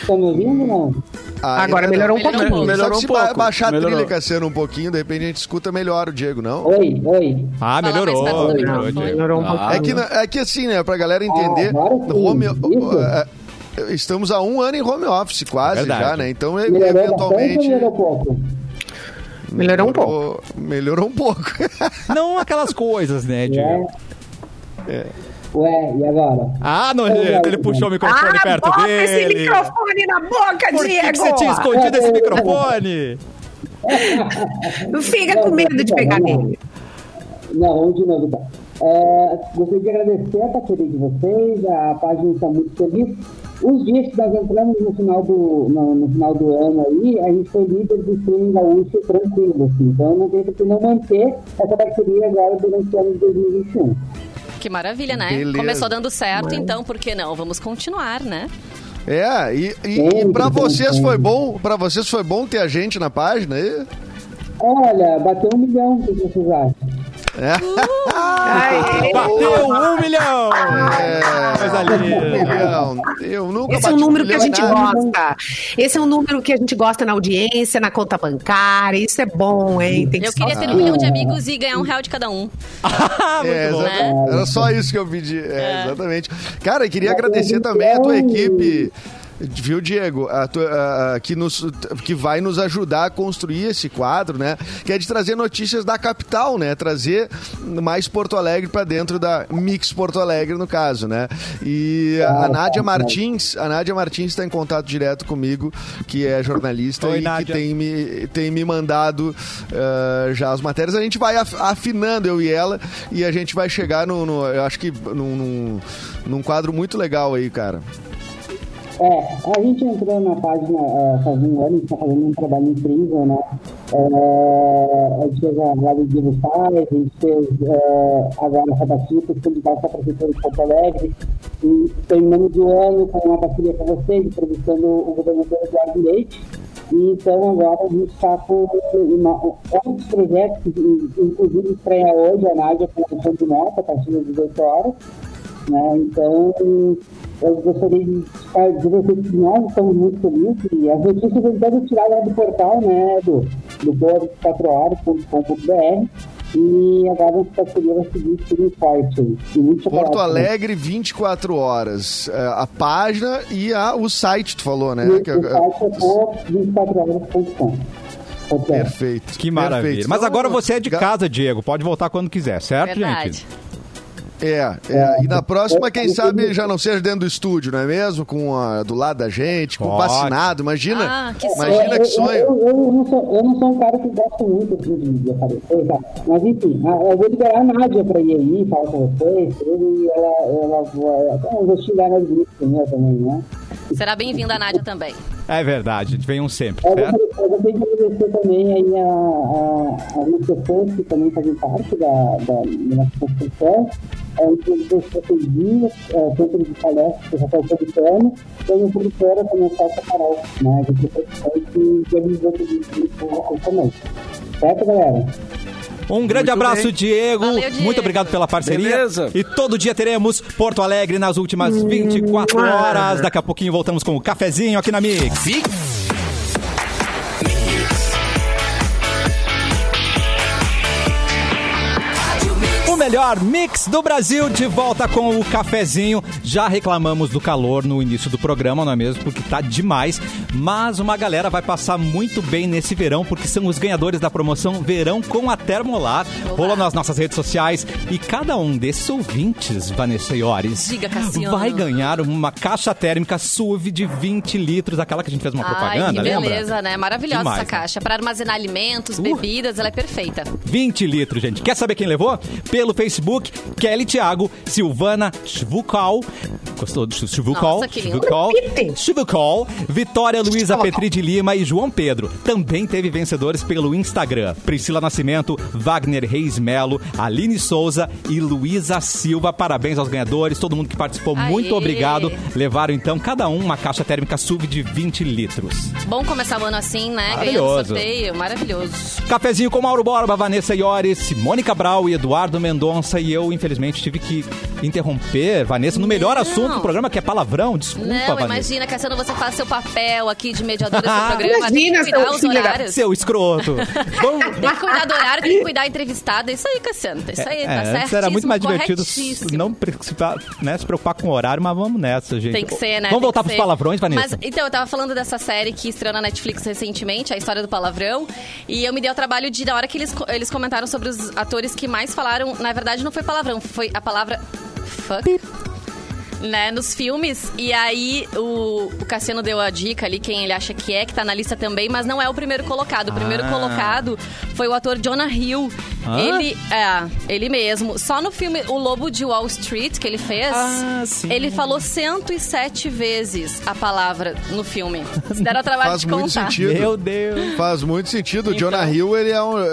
Estão me ouvindo não? Ah, Agora ainda melhorou um não. pouquinho. Melhorou um Melhorou um pouco. Se ba- pouco, baixar a trilha, melhorou. Cassiano, um pouquinho, de repente a gente escuta melhor o Diego, não? Oi, oi. Ah, Fala tá melhorou. mais perto do melhorou, Não, Diego. melhorou um Ah. É pouquinho. que, na- é que assim, né, pra galera entender, agora sim, home- isso. eh, eh, estamos há um ano em home office quase Verdade. já, né? Então, e- Melhorou bastante ou eventualmente... melhorou pouco? Melhorou um pouco. Melhorou um pouco. Não aquelas coisas, né, É. Diego? Ué, e agora? Ah, Nojento, ele puxou o microfone Ah, perto bota esse dele. microfone na boca, Por que, Diego! que você tinha escondido esse microfone? Não fica com medo de pegar nele. Não, vamos de novo, tá? É, gostaria de agradecer a parceria de vocês, a página está muito feliz. Os dias que nós entramos no final do, no, no final do ano aí, a gente foi líder do streaming gaúcho tranquilo, assim. Então não tem por que não manter essa parceria agora durante o ano de 2021. Que maravilha, né? Beleza. Começou dando certo, então por que não? Vamos continuar, né? É, e, e, e pra vocês foi bom, para vocês foi bom ter a gente na página aí? Olha, bateu um milhão, o que vocês acham? Ai, Bateu um milhão! Coisa linda. Não, eu nunca Esse é um bati número que a milhão em gente nada. gosta. Esse é um número que a gente gosta na audiência, na conta bancária. Isso é bom, hein? Tem que Eu queria ser- ter um milhão de amigos e ganhar um real de cada um. É, bom. exatamente. Era só isso que eu pedi. É, Exatamente. Cara, eu queria agradecer também a tua equipe. Viu, Diego? A tua- a- a- que, nos, que vai nos ajudar a construir esse quadro, né? Que é de trazer notícias da capital, né? Trazer mais Porto Alegre pra dentro da Mix Porto Alegre, no caso, né? E a Nádia Martins, a Nádia Martins está em contato direto comigo, que é jornalista Oi, e que Nádia. tem tem me, tem me mandado ah, já as matérias. A gente vai af- afinando, eu e ela, e a gente vai chegar no, no- eu acho que num, num, num quadro muito legal aí, cara. É, a gente entrou na página é, faz um ano, a gente está fazendo um trabalho incrível, né? É, a gente fez a Rádio de Buenos Aires, a gente fez é, agora essa batida, que foi para a Prefeitura de Porto Alegre, e terminamos o ano com uma parceria com vocês, entrevistando o governador Eduardo Leite. E então agora a gente está com uma, outros projetos, inclusive estreia hoje a Nádia com a de Mota, a partir das 18 horas né? Então, eu gostaria de ficar de vocês que nós estamos muito felizes e as notícias eu quero tirar lá do portal, né, do, do board4horas.com.br e agora essa parceria vai seguir firme e forte. E muito chocolate, Porto né? Alegre, 24 horas. Ah, A página e a, o site, tu falou, né? E o Que- ah, site é o 24horas.com. Ok. Perfeito. Que maravilha. perfeito. Então, Mas agora você é de Ga- casa, Diego. Pode voltar quando quiser, certo, Verdade. gente? É, é, e na próxima, quem sabe já não seja dentro do estúdio, não é mesmo? Com a- do lado da gente, com o Ótimo. vacinado. Imagina, Ah, que sonho. imagina que Eu, sonho. eu- eu não sou, eu não sou um cara que gosta muito assim, de, de aparecer, tá? mas enfim, a- eu vou liberar a Nádia pra ir aí, falar com vocês, tudo, e ela, ela vai. Até eu vou xingar mais bonito que eu também, né? Será bem-vinda a Nádia também. É verdade, gente. Venham sempre, Eu certo? gostaria- eu gostaria de agradecer também aí a, a, as pessoas que também fazem parte da, da, da nossa construção, é, inclusive os protegidos, é, centro de palestras, o Rafael Caetano, e a minha produtora é também, a Celta Carol, né? A gente é produtora que que organizou tudo isso né, com também. Certo, galera? Um grande Muito abraço, bem. Diego. Valeu, Diego. Muito obrigado pela parceria. Beleza. E todo dia teremos Porto Alegre nas últimas 24 horas. Daqui a pouquinho voltamos com o cafezinho aqui na Mix. O melhor mix do Brasil de volta com o cafezinho. Já reclamamos do calor no início do programa, não é mesmo? Porque tá demais. Mas uma galera vai passar muito bem nesse verão, porque são os ganhadores da promoção Verão com a Termolar. Rola nas nossas redes sociais. E cada um desses ouvintes, Vanessa Iores, Diga, Cassiano. vai ganhar uma caixa térmica SUV de 20 litros, aquela que a gente fez uma Ai, que propaganda, lembra? beleza, né? Maravilhosa Demais, essa né? Uh. caixa. Para armazenar alimentos, bebidas, ela é perfeita. 20 litros, gente. Quer saber quem levou? Pelo Facebook, Kelly Thiago, Silvana Chivucal. Gostou do Chivucal? Nossa, que lindo. Chivucal. Repite. Chivucal. Vitória Luísa Chivucal. Petri de Lima e João Pedro. Também teve vencedores pelo Instagram. Priscila Nascimento, Wagner Reis Melo, Aline Souza e Luísa Silva. Parabéns aos ganhadores, todo mundo que participou. Aê. Muito obrigado. Levaram, então, cada um uma caixa térmica SUV de 20 litros. Bom começar o ano assim, né? Ganhando Maravilhoso. sorteio, maravilhoso. Cafezinho com Mauro Borba, Vanessa Iores, Simone Cabral e Eduardo Mendonça. E eu, infelizmente, tive que interromper, Vanessa, no melhor Não. assunto do programa, que é palavrão. Desculpa, Não, Vanessa. imagina, Cassiano, você faz seu papel aqui de mediadora do programa. Imagina, tem que cuidar seu os filho da- horários. Seu escroto. Vamos... Tem que cuidar do horário, tem que cuidar da entrevistada. É Isso aí, Cassiano. É Isso aí, tá É, antes certo. era muito mais divertido corretíssimo. não preocupar- né, se preocupar com o horário, mas vamos nessa, gente. Tem que ser, né? Vamos Tem voltar que pros ser. palavrões, Vanessa? Mas, então, eu tava falando dessa série que estreou na Netflix recentemente, A História do Palavrão. E eu me dei o trabalho de, na hora que eles, co- eles comentaram sobre os atores que mais falaram, na verdade não foi palavrão, foi a palavra fuck. Né, nos filmes, e aí o, o Cassiano deu a dica ali, quem ele acha que é, que tá na lista também, mas não é o primeiro colocado. O primeiro Ah. colocado foi o ator Jonah Hill. Hã? Ele, é, ele mesmo. Só no filme O Lobo de Wall Street, que ele fez, Ah, sim. ele falou 107 vezes a palavra no filme. Se deram o trabalho Faz de muito contar. sentido. Meu Deus. Faz muito sentido. O Então. Jonah Hill, ele é um. é,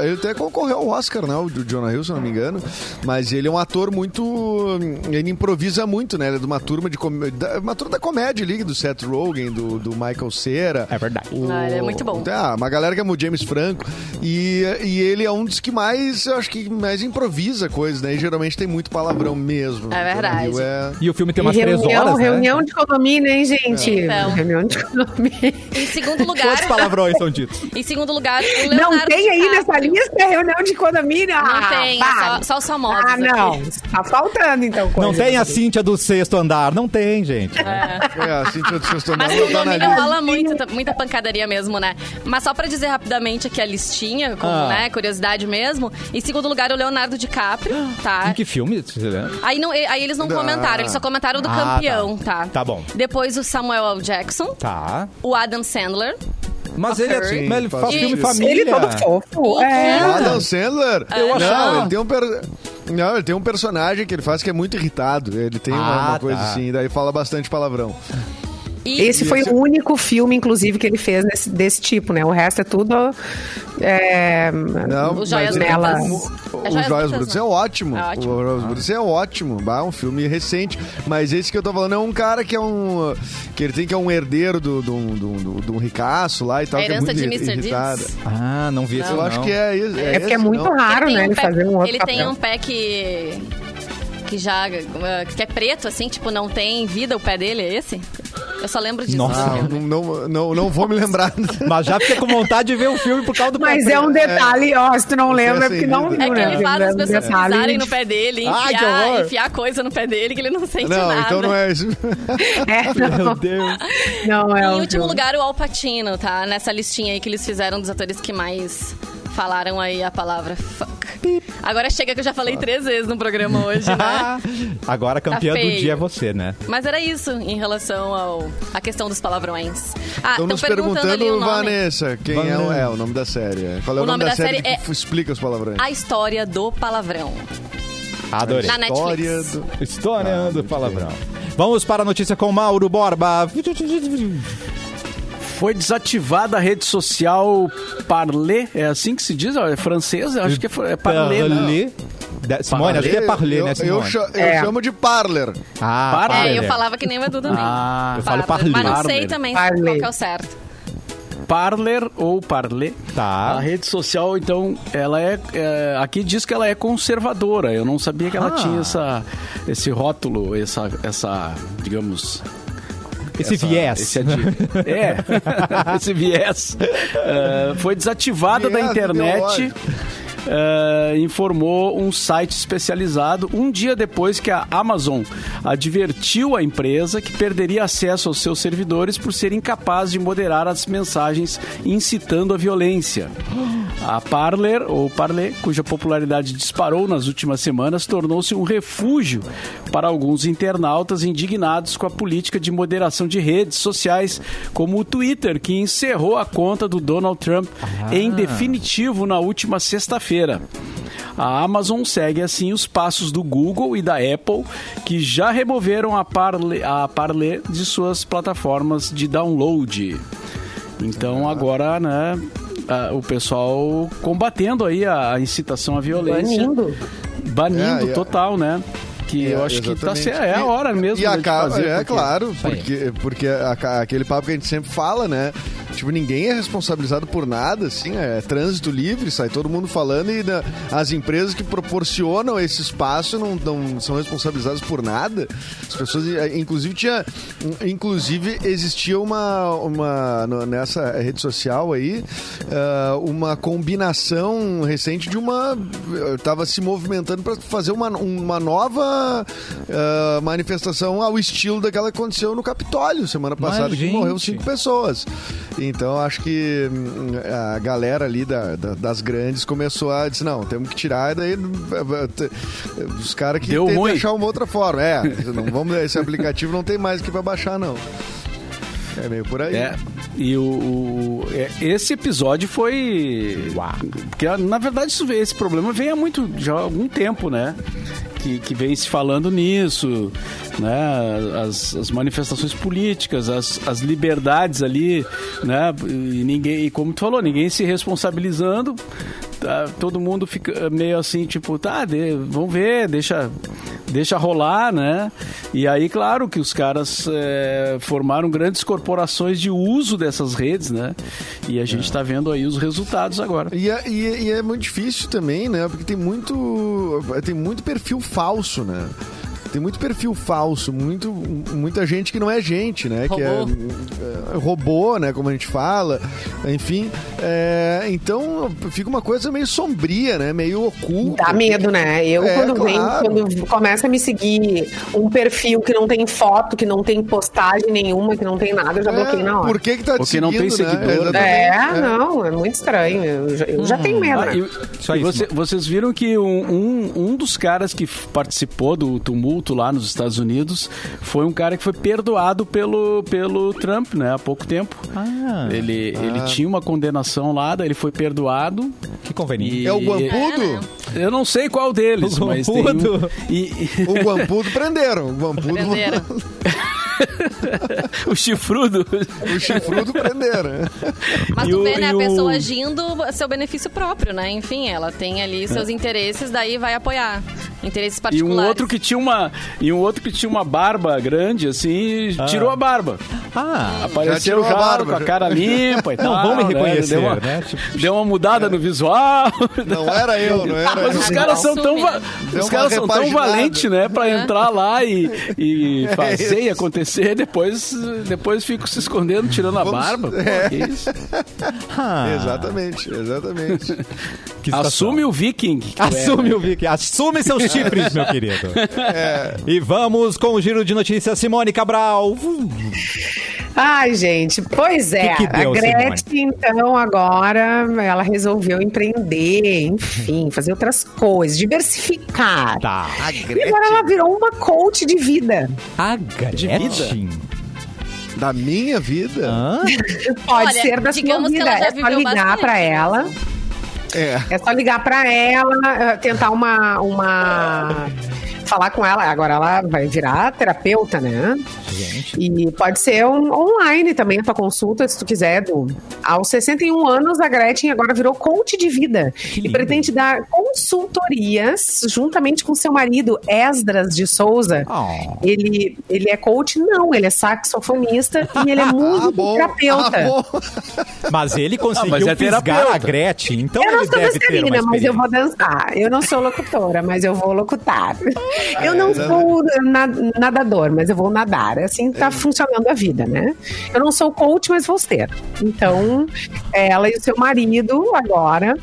é, ele até concorreu ao Oscar, né? O Jonah Hill, se eu não me engano. Mas ele é um ator muito. Ele improvisa muito, né? Ele é de uma turma de com- da- uma turma da comédia ali, do Seth Rogen, do, do Michael Cera. É verdade. O- Ah, ele é muito bom. Ah, uma galera que é o James Franco. E, e ele é um dos que mais, eu acho que mais improvisa coisas, né? E geralmente tem muito palavrão mesmo. É O Jonah verdade. Hill é- E o filme tem E umas três horas, né? reunião de condomínio, hein, gente? Então. Reunião de condomínio. Em segundo Quantos lugar, palavrões são ditos? em segundo lugar, o Leonardo Não tem aí DiCaprio. nessa lista reunião de condomínio? Não tem, é para. só, só os famosos. Ah, aqui. não. Tá faltando, então, coisa. Não tem a Cíntia do sexto andar. Não tem, gente. É, a Cintia do Sexto Mas Andar o tá na nome lista. rola muito, tá- muita pancadaria mesmo, né? Mas só pra dizer rapidamente aqui a listinha, como, Ah. né, curiosidade mesmo. Em segundo lugar, o Leonardo DiCaprio, tá? Em que filme? Você lembra? Aí, não, aí eles não Ah. comentaram, eles só comentaram do Ah, campeão, tá. tá. Tá bom. Depois o Samuel L. Jackson, Tá. o Adam Sandler, Mas ele, é, Tá Sim, mas ele faz faz filme sentido. família. Ele todo fofo. Uhum. Ah, É. O Adam Sandler? Eu achava. Não, ele tem um per- Não, ele tem um personagem que ele faz que é muito irritado. Ele tem uma, Ah, uma coisa tá. assim, daí fala bastante palavrão. e Esse foi o único filme, inclusive, que ele fez nesse- desse tipo, né? O resto é tudo. É, Não, O Joias mas ele- Brutas. o- É Joias O Joias Brutas, Brutas né? é ótimo. É ótimo. O Joias Brutas é ótimo. Bah, é um filme recente. Mas esse que eu tô falando é um cara que é um. Que ele tem que é um herdeiro de do, do, do, do, do um ricaço lá e tal. a que é herança muito de irri- Mr. irritado. Deeds. Ah, não vi esse Eu não. acho que é isso. é porque é esse, muito não? raro, tem né? Ele pé- fazer um outro ele papel. tem um pé que. Que já. uh, Que é preto, assim, tipo, não tem vida o pé dele, é esse? Eu só lembro disso. Nossa. Ah, não, não, não, não vou me lembrar. Mas já fica com vontade de ver o filme por causa do Mas papel. é um detalhe, ó, se tu não lembra, é sem porque não vida. viu, É que né? ele faz as pessoas Detalhe, pisarem no gente. pé dele, Ai, que enfiar, horror. enfiar coisa no pé dele que ele não sente Não, nada. então não é isso. É, Meu não, Deus. não é Em um último filme. lugar, o Alpatino, tá? Nessa listinha aí que eles fizeram dos atores que mais falaram aí a palavra fuck. Agora chega que eu já falei três vezes no programa hoje, né? Ah. Agora a Tá campeã do feio. dia é você, né? Mas era isso em relação ao a questão dos palavrões. Ah, Estão estão nos perguntando, ali perguntando, o nome. Vanessa, quem é o, Vanessa. é o nome da série. é. Qual é o, nome, da, série, é- Ah, que f- explica os palavrões? A história do palavrão. Adorei. Tá, Na né? História ah, Netflix. do... História Ah, do muito palavrão. Vamos para a notícia com Mauro Borba. Foi desativada a rede social Parler, é assim que se diz? É francês? Eu acho que é, fr- é Parler, né? Parler. Da- Simone, acho que é parler, eu, né, eu, Simone? cha- eu É. chamo de parler. Ah, Parler. É, eu falava que nem o Edu também. Ah, eu falo Parler. Mas não parler. sei também Parler. qual que é o certo. Parler ou Parler. A Tá. rede social, então, ela é, é, Aqui diz que ela é conservadora. Eu não sabia que ela Ah. tinha essa, esse rótulo, essa, essa digamos, Esse essa- viés. Esse é adi- É. é, esse viés. Eh, foi desativada da Viés internet. ideológico. eh, informou um site especializado um dia depois que a Amazon advertiu a empresa que perderia acesso aos seus servidores por ser incapaz de moderar as mensagens incitando a violência. A Parler, ou Parler, cuja popularidade disparou nas últimas semanas, tornou-se um refúgio para alguns internautas indignados com a política de moderação de redes sociais, como o Twitter, que encerrou a conta do Donald Trump Ah. em definitivo na última sexta-feira. A Amazon segue assim os passos do Google e da Apple, que já removeram a Parler, a Parler de suas plataformas de download. Então É. agora, né, a- o pessoal combatendo aí a, a incitação à violência. Banindo. É, Banindo e a- total, né? Que eu acho que tá, Exatamente. cer- é a hora mesmo E né, de acaba, fazer. é porque- claro, Isso aí. porque, porque a ca- aquele papo que a gente sempre fala, né? Tipo, ninguém é responsabilizado por nada, assim, é trânsito livre, sai todo mundo falando e na- as empresas que proporcionam esse espaço não, não são responsabilizadas por nada. As pessoas, eh, inclusive, tinha, um, inclusive existia uma, uma no- nessa rede social aí, ah, uma combinação recente de uma, eu tava se movimentando para fazer uma, uma nova ah, manifestação ao estilo daquela que aconteceu no Capitólio semana passada, que gente. morreu cinco pessoas. Então acho que hum, a galera ali da- da- das grandes começou a dizer, não, temos que tirar, e daí eh, eh, os caras que Deu tentam ruim. achar uma outra forma. É, não vamos, esse aplicativo não tem mais o que pra baixar, não. É meio por aí. É. E o, o- é, esse episódio foi. Porque, ah, na verdade, isso, veio- esse problema vem há muito. já há algum tempo, né? Que, que vem se falando nisso, né? As, as manifestações políticas, as, as liberdades ali, né? E ninguém, e como tu falou, ninguém se responsabilizando. tá? todo mundo fica meio assim, tipo, tá, de- vamos ver, deixa, deixa rolar, né? E aí, claro que os caras eh, formaram grandes corporações de uso dessas redes, né? E a gente tá vendo aí os resultados agora. E é, e é- e é muito difícil também, né? Porque tem muito, tem muito perfil falso, né? Tem muito perfil falso, muito, muita gente que não é gente, né? Que é, é, robô, né? Como a gente fala. Enfim, é, então fica uma coisa meio sombria, né? Meio oculta. Dá medo, né? Eu, É, quando, vem, claro. quando começa a me seguir um perfil que não tem foto, que não tem postagem nenhuma, que um não tem nada, eu já bloqueei na É, hora. por que que tá te Porque não tem seguindo, né? seguidor, né? É, Exatamente. não, é muito estranho. Eu já, eu já tenho medo, Ah, né? e- Só e isso, você- vocês viram que um, um, um dos caras que f- participou do tumulto lá nos Estados Unidos foi um cara que foi perdoado pelo, pelo Trump, né? Há pouco tempo. Ah, Ele, ele tinha uma condenação lá, daí ele foi perdoado. que conveniente. E- É o né? Guampudo? Eu não sei qual deles, O mas tem um, Guampudo. e, e- É. O Guampudo prenderam. O Guampudo, Prenderam. o chifrudo. o chifrudo prenderam. Mas E tu o- vê, né? e A o- pessoa agindo a seu benefício próprio, né? Enfim, ela tem ali seus interesses, daí vai apoiar. Interesses É. E um particulares. outro que tinha uma e um outro que tinha uma barba grande assim, e tirou a barba. Ah, Apareceu tirou a já, barba, com a já. cara limpa e tal. vão me né? reconhecer, Deu uma, né? Tipo, deu uma mudada no visual. Não era eu, não um era Mas eu. os caras são tão, va- Deu os uma caras são tão repaginada. valentes, né? Pra entrar lá e, e É fazer e acontecer. Depois, depois ficam se escondendo, tirando a Vamos- É. barba. Pô, que isso. ah, Exatamente, exatamente. que situação. Assume o viking. que tu é, Assume o Vicky, assume seus chifres, meu querido. E vamos com o giro de notícias, Simone Cabral. Ai, gente, pois é. Que que deu, a Gretchen, então, agora, ela resolveu empreender, enfim, fazer outras coisas, diversificar. Tá. E agora ela virou uma coach de vida. A Gretchen. Da minha vida? Hã? Pode Olha, ser da sua digamos que vida. ela já É só viveu ligar bastante, pra ela. Ah. É. É só ligar pra ela, eh, tentar uma, uma. Falar com ela. Agora ela vai virar terapeuta, né? Gente. E pode ser um- online também a tua consulta, se tu quiser. Du. Aos 61 anos, a Gretchen agora virou coach de vida e lindo. pretende dar consultorias juntamente com seu marido, Esdras de Souza. Ah. Ele, ele é coach? Não, ele é saxofonista e ele é músico terapeuta. Ah, bom. Mas ele conseguiu mas é fisgar terapeuta. a Gretchen, então Eu não ele sou deve ter uma dançarina, mas experiência. eu vou dançar. Eu não sou locutora, mas eu vou locutar. Eu não é, sou na- nadador, mas eu vou nadar. Assim tá funcionando a vida, né? Eu é, não sou coach, mas vou ser. Então, ela e o seu marido agora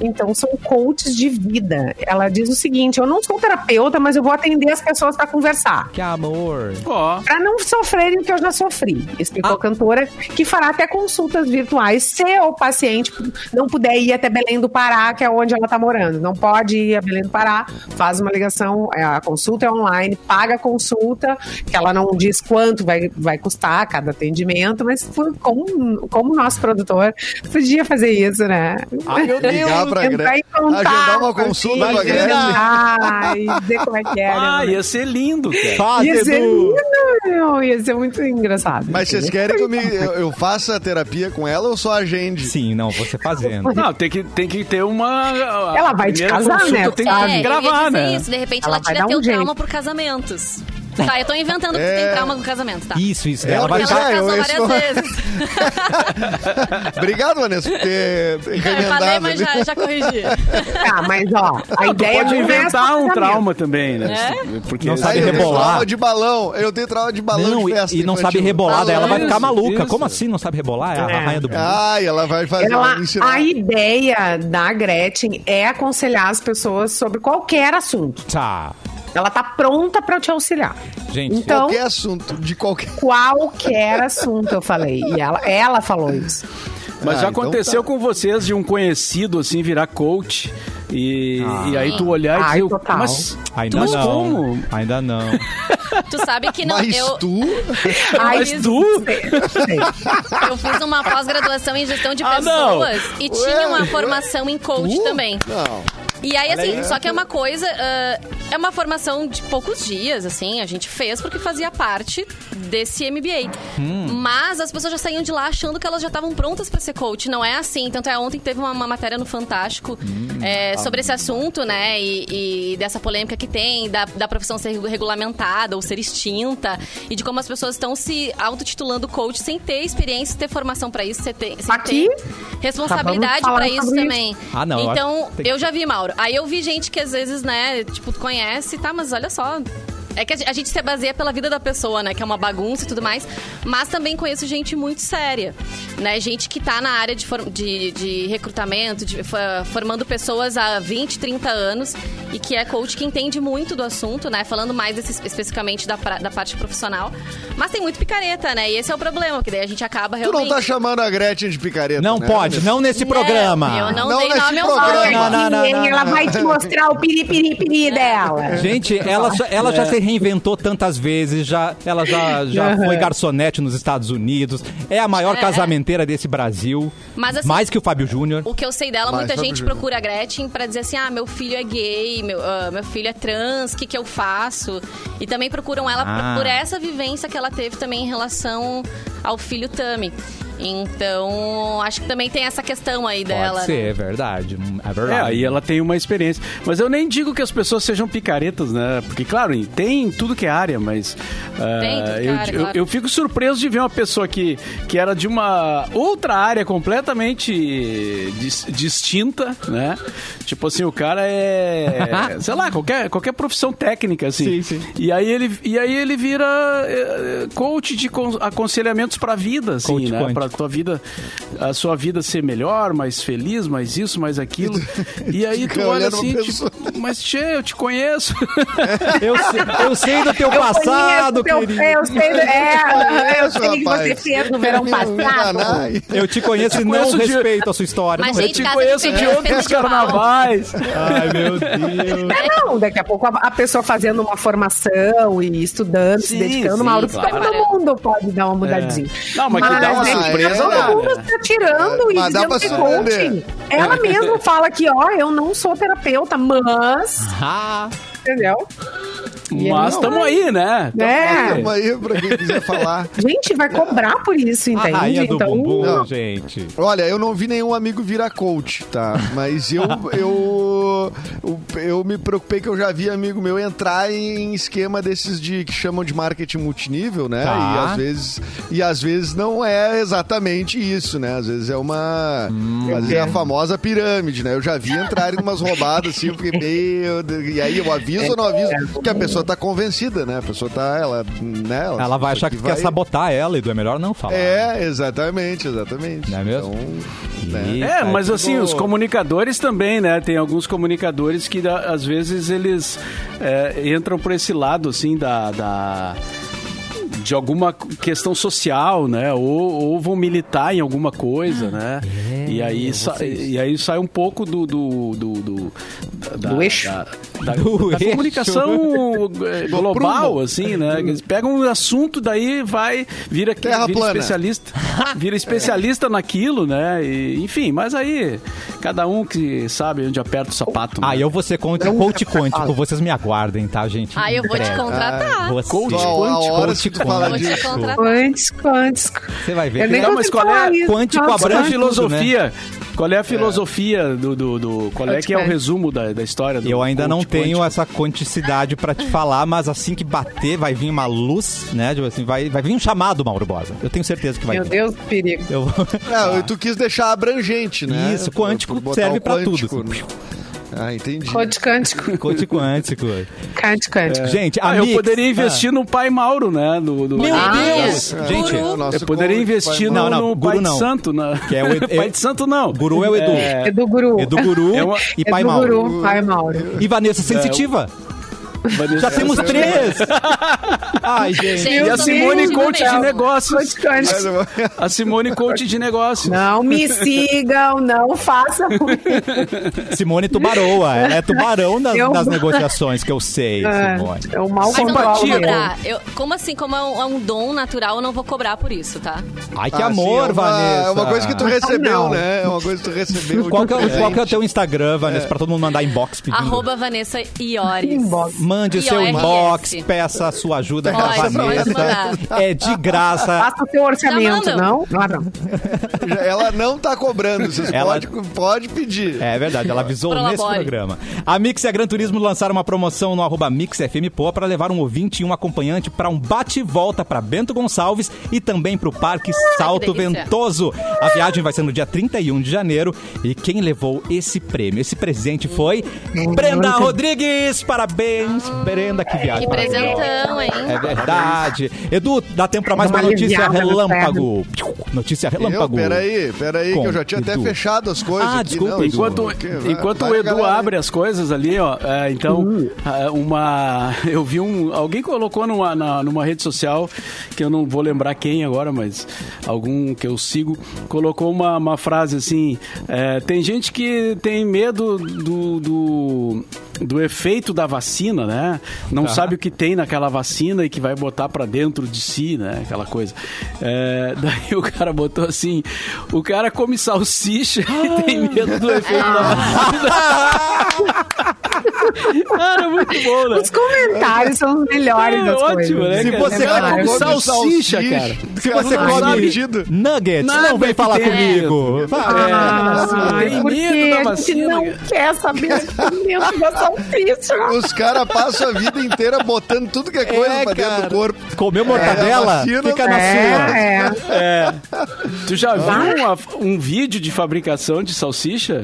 Então, são coaches de vida. Ela diz o seguinte: eu não sou terapeuta, mas eu vou atender as pessoas para conversar. Que amor. Ó, Para não sofrerem o que eu já sofri, explicou Ah. a cantora, que fará até consultas virtuais se o paciente não puder ir até Belém do Pará, que é onde ela está morando. Não pode ir a Belém do Pará, faz uma ligação, é, a consulta é online, paga a consulta, que ela não diz quanto vai, vai custar cada atendimento, mas foi como, como nosso produtor podia fazer isso, né? Ai, Ah, meu Deus. Ligar pra Entrar Gretchen. em contato, Agendar uma assim, consulta com a Gretchen. agendar e dizer como é que é. ah, né? ia ser lindo, cara. Faz, Ia ser Edu. lindo, meu. Ia ser muito engraçado. Mas vocês querem que eu, me- eu- eu faça a terapia com ela ou só agende? Sim, não, você fazendo. Não, tem que, tem que ter uma. a Ela vai te primeira casar, consulta né? Tem que É, Sabe? eu ia gravar, dizer né? Isso. De repente Ela ela, vai tira dar um teu jeito. trauma por casamentos. Tá, eu tô inventando que É. tu tem trauma com casamentos, tá? Isso, isso. É, Ela vai pois estar é, eu- casou eu várias sou- vezes. Obrigado, Vanessa, por ter Eu É, falei, remendado. mas ali. já, já corrigi. Tá, mas ó, a Tu ideia pode não é inventar só um casamento. trauma também, né? É? Porque Não sabe Aí, eu tenho rebolar. trauma de balão. Eu tenho trauma de balão Não, de festa. e, e não infantil. sabe rebolar, daí ela vai Isso, ficar maluca. isso. Como assim não sabe rebolar? É a É. rainha do mundo. Ai, ela vai fazer Ela, ela ensinar. a ideia da Gretchen é aconselhar as pessoas sobre qualquer assunto. Tá. Ela tá pronta pra te auxiliar. Gente, Então- Qualquer assunto, de qualquer. Qualquer assunto, eu falei. E ela, ela falou isso. Mas Ah, já então aconteceu com vocês de um conhecido assim virar coach e, e aí tu olhar e Ai, dizer, "Eu- total. mas, ainda mas não. como? Ainda não. Tu sabe que não. Mas eu, tu. Ai, Mas tu? sei, sei. Eu fiz uma pós-graduação em gestão de Ah, pessoas e Ué, tinha uma ué. formação em coach tu? também. Não. E aí, assim, aí. só que é uma coisa. ah, é uma formação de poucos dias, assim. A gente fez porque fazia parte desse MBA. Hum. Mas as pessoas já saíam de lá achando que elas já estavam prontas pra ser coach. Não é assim. Tanto é, ontem teve uma, uma matéria no Fantástico Hum, tá é, sobre esse assunto, né? E, e dessa polêmica que tem, da, da profissão ser regulamentada ou ser extinta. E de como as pessoas estão se autotitulando coach sem ter experiência, sem ter formação pra isso, sem ter, sem Aqui, ter responsabilidade acabamos de pra falar isso sobre isso. também. Ah, não, eu Então, acho que tem que- eu já vi, Mauro. Aí eu vi gente que às vezes, né, tipo, tu conhece, tá, mas olha só. É que a gen- a gente se baseia pela vida da pessoa, né? Que é uma bagunça e tudo mais. Mas também conheço gente muito séria, né? Gente que tá na área de, for- de, de recrutamento, de fa- formando pessoas há 20, 30 anos e que é coach que entende muito do assunto, né? Falando mais desse- especificamente da, pra- da parte profissional. Mas tem muito picareta, né? E esse é o problema, que daí a gente acaba Tu realmente... não tá chamando a Gretchen de picareta. Não né, pode, Vanessa? não nesse Não, programa. É, eu não, Não dei nesse nome aos programa. né? nomes. Não, não, não, E ela não, É. vai te mostrar o piripiripiri dela. Gente, ela, já- ela É. já se reinventou tantas vezes, já, ela já, já foi garçonete nos Estados Unidos, é a maior É. casamenteira desse Brasil, Mas, assim, mais que o Fábio Júnior. O que eu sei dela, Vai, muita sabe, gente Júlia? procura a Gretchen pra dizer assim: ah, meu filho é gay, meu, ah, meu filho é trans, o que, que eu faço? E também procuram ela Ah. por, por essa vivência que ela teve também em relação ao filho Tami. Então, acho que também tem essa questão aí Pode dela. ser, né? é verdade, é É, verdade. aí ela tem uma experiência. Mas eu nem digo que as pessoas sejam picaretas, né? Porque, claro, tem em tudo que é área, mas. ah, Tem em tudo que é eu, área, eu- claro. eu fico surpreso de ver uma pessoa que, que era de uma outra área completamente dis- distinta, né? Tipo assim, o cara é. sei lá, qualquer, qualquer profissão técnica, assim. Sim, sim. E aí ele, e aí ele vira eh, coach de con- aconselhamentos pra vida, assim, Coach né? quântico. Pra- tua vida, a sua vida ser melhor, mais feliz, mais isso, mais aquilo. E aí tu Fica olha olhando assim, pra tipo, mas tchê, eu te conheço. eu, sei, eu sei É do teu passado, Eu querido. conheço teu- Eu sei, do- é, eu Conheço, sei o que você rapaz. fez no verão Me- me passado. enganar e- Eu te conheço e não conheço de- respeito a sua história. Mas, não Eu Gente, te casa de conheço de festa, outros festival. carnavais. Ai, meu Deus. É, não, daqui a pouco a, a pessoa fazendo uma formação e estudando, se Sim, dedicando, sim, Mauro, claro. todo mundo pode dar uma mudadinha. é Não, mas que dá uma surpresa, Todo né? mundo está tirando É, e mas dá pra dizendo que é coaching. surpreender. Ela mesma fala que, ó, eu não sou terapeuta, mas, Ah, entendeu? Mas não. estamos aí, né? Tamo É. aí. Calma aí pra quem quiser falar. Gente, vai cobrar por isso, a entende? Então, rainha do então. bumbum, Não. gente. Olha, eu não vi nenhum amigo virar coach, tá? Mas eu, eu, eu, eu me preocupei que eu já vi amigo meu entrar em esquema desses de que chamam de marketing multinível, né? Tá. E às vezes e às vezes não é exatamente isso, né? Às vezes é uma Hum, às vezes é a famosa pirâmide, né? Eu já vi entrar em umas roubadas assim, eu fiquei meio, e aí eu aviso ou não aviso? Porque a pessoa pessoa tá convencida, né? A pessoa tá, ela, né? Ela vai isso achar que aqui tu quer vai- sabotar ela, Edu. É melhor não falar. É, exatamente, exatamente. Não é mesmo? Então, né? E- É, Tá, mas tipo- assim, os comunicadores também, né? Tem alguns comunicadores que a- às vezes eles é, entram por esse lado, assim, da. da- de alguma questão social, né? Ou, ou vão militar em alguma coisa, né? e, aí sa- e aí sai um pouco do... Do, do, do- da, Do eixo. Da, da- Do da eixo. comunicação eh, global, prumo. assim, né? Eles pegam um assunto, daí vai... Vira, que- Terra vira plana. especialista, vira especialista naquilo, né? E, enfim, mas aí cada um que sabe onde aperta o sapato. Ah, né? eu vou ser coach, coach quântico. Vocês me aguardem, tá, gente? Ah, eu vou te Breve. contratar. Você, Coach Só quântico, a hora coach que tu fala quântico. disso. Vou te contratar. Quantos, quantos. Você vai ver. Eu nem Não, consigo mas qual é- falar isso. quântico Nossa, Qual é a abrange- né? filosofia? Qual é a filosofia do, do, do- Qual é que é o Quântico. resumo da, da história do Eu ainda não coach tenho quântico? essa quanticidade pra te falar, mas assim que bater, vai vir uma luz, né? Tipo assim, vai, vai vir um chamado, Mauro Bosa. Eu tenho certeza que vai Meu vir. Deus, perigo. Eu vou... Não, e tu quis deixar abrangente, né? Isso, Por- quântico por botar serve o pra tudo, quântico, assim. né? Ah, entendi. Coach cântico. coach quântico. Cante, É. cântico. Gente, a Ah, eu Mix- poderia investir no pai Mauro, né? No, no- Meu Ah, Deus! É, Gente, é o nosso Eu poderia coach, investir pai Não, no, não, no guru pai não. de santo, né? Que é o Edu- pai de santo, não. Guru é o Edu. É do guru. É do Guru É uma- e É Pai do Mauro. guru, pai Mauro. E É, Vanessa Sensitiva. Vanessa- Já temos três! Ai, gente. Gente, E a eu tô Simone bem Coach de mesmo. negócios. Coach cântico. Mas eu- A Simone Coach de negócios. Não me sigam, não façam isso. Simone Tubaroa. Ela é tubarão nas, Eu- nas negociações, que eu sei, Simone. É, Eu mal Mas eu não vou controlo. meu. Então, cobrar. Eu, como assim, como é um, é um dom natural, eu não vou cobrar por isso, tá? Ai, que Ah, sim, amor, é uma- Vanessa. Ah, É uma coisa que tu Então recebeu, não. né? É uma coisa que tu recebeu. Tipo, Qual de que, é, o- presente. qual que é o teu Instagram, Vanessa, pra todo mundo mandar inbox pedindo? Arroba Vanessa Iores. Inbox. Mande seu IORS. inbox, peça a sua ajuda pra Pode, pode Vanessa. mandar. É de graça. Faça o seu orçamento, Já não? mandam. Ah, não. Já- Ela não tá cobrando, vocês é Ela- pode, pode pedir. É verdade, ela avisou Prolabore. nesse programa. A Mix e a Gran Turismo lançaram uma promoção no arroba Mix FM Poa para levar um ouvinte e um acompanhante para um bate-volta para Bento Gonçalves e também para o Parque Salto Ah, que delícia. Ventoso. A viagem vai ser no dia 31 de janeiro e quem levou esse prêmio, esse presente foi Brenda Rodrigues. Parabéns, Brenda, que viagem. Ah, Que maravilhosa. presentão, hein? É verdade. Edu, dá tempo pra mais Dá uma uma notícia aliviada no relâmpago. Notícia Eu, relâmpago. peraí, peraí, que Com eu já tinha até Edu. fechado as coisas. Ah, aqui, desculpa, não, Edu. Enquanto, Que- enquanto vai, o Edu né? galera. abre as coisas ali, ó, é, então, é, uma. Eu vi um. Alguém colocou numa, na- numa rede social, que eu não vou lembrar quem agora, mas algum que eu sigo, colocou uma, uma frase assim: é, tem gente que tem medo do. do do efeito da vacina, né? Não sabe o que tem naquela vacina e que vai botar pra dentro de si, né? Aquela coisa. É, daí o cara botou assim: o cara come salsicha e tem medo do efeito da vacina. cara, muito bom, né? Os comentários são os melhores É das ótimo, coisas. né, Se cara? você Cara, come come come salsicha, salsicha, cara. Se você Não um come sabe metido. nuggets, nada não vem que falar tem comigo. É, tá Vai. Ah, Nossa, tem porque medo É, assim, da a gente vacina, né? não cara. quer saber o que tem dentro da salsicha. Os caras passam a vida inteira botando tudo que é coisa pra dentro do corpo. Comeu mortadela? vacina- fica na sua. É, é. Tu já viu uma- um vídeo de fabricação de salsicha?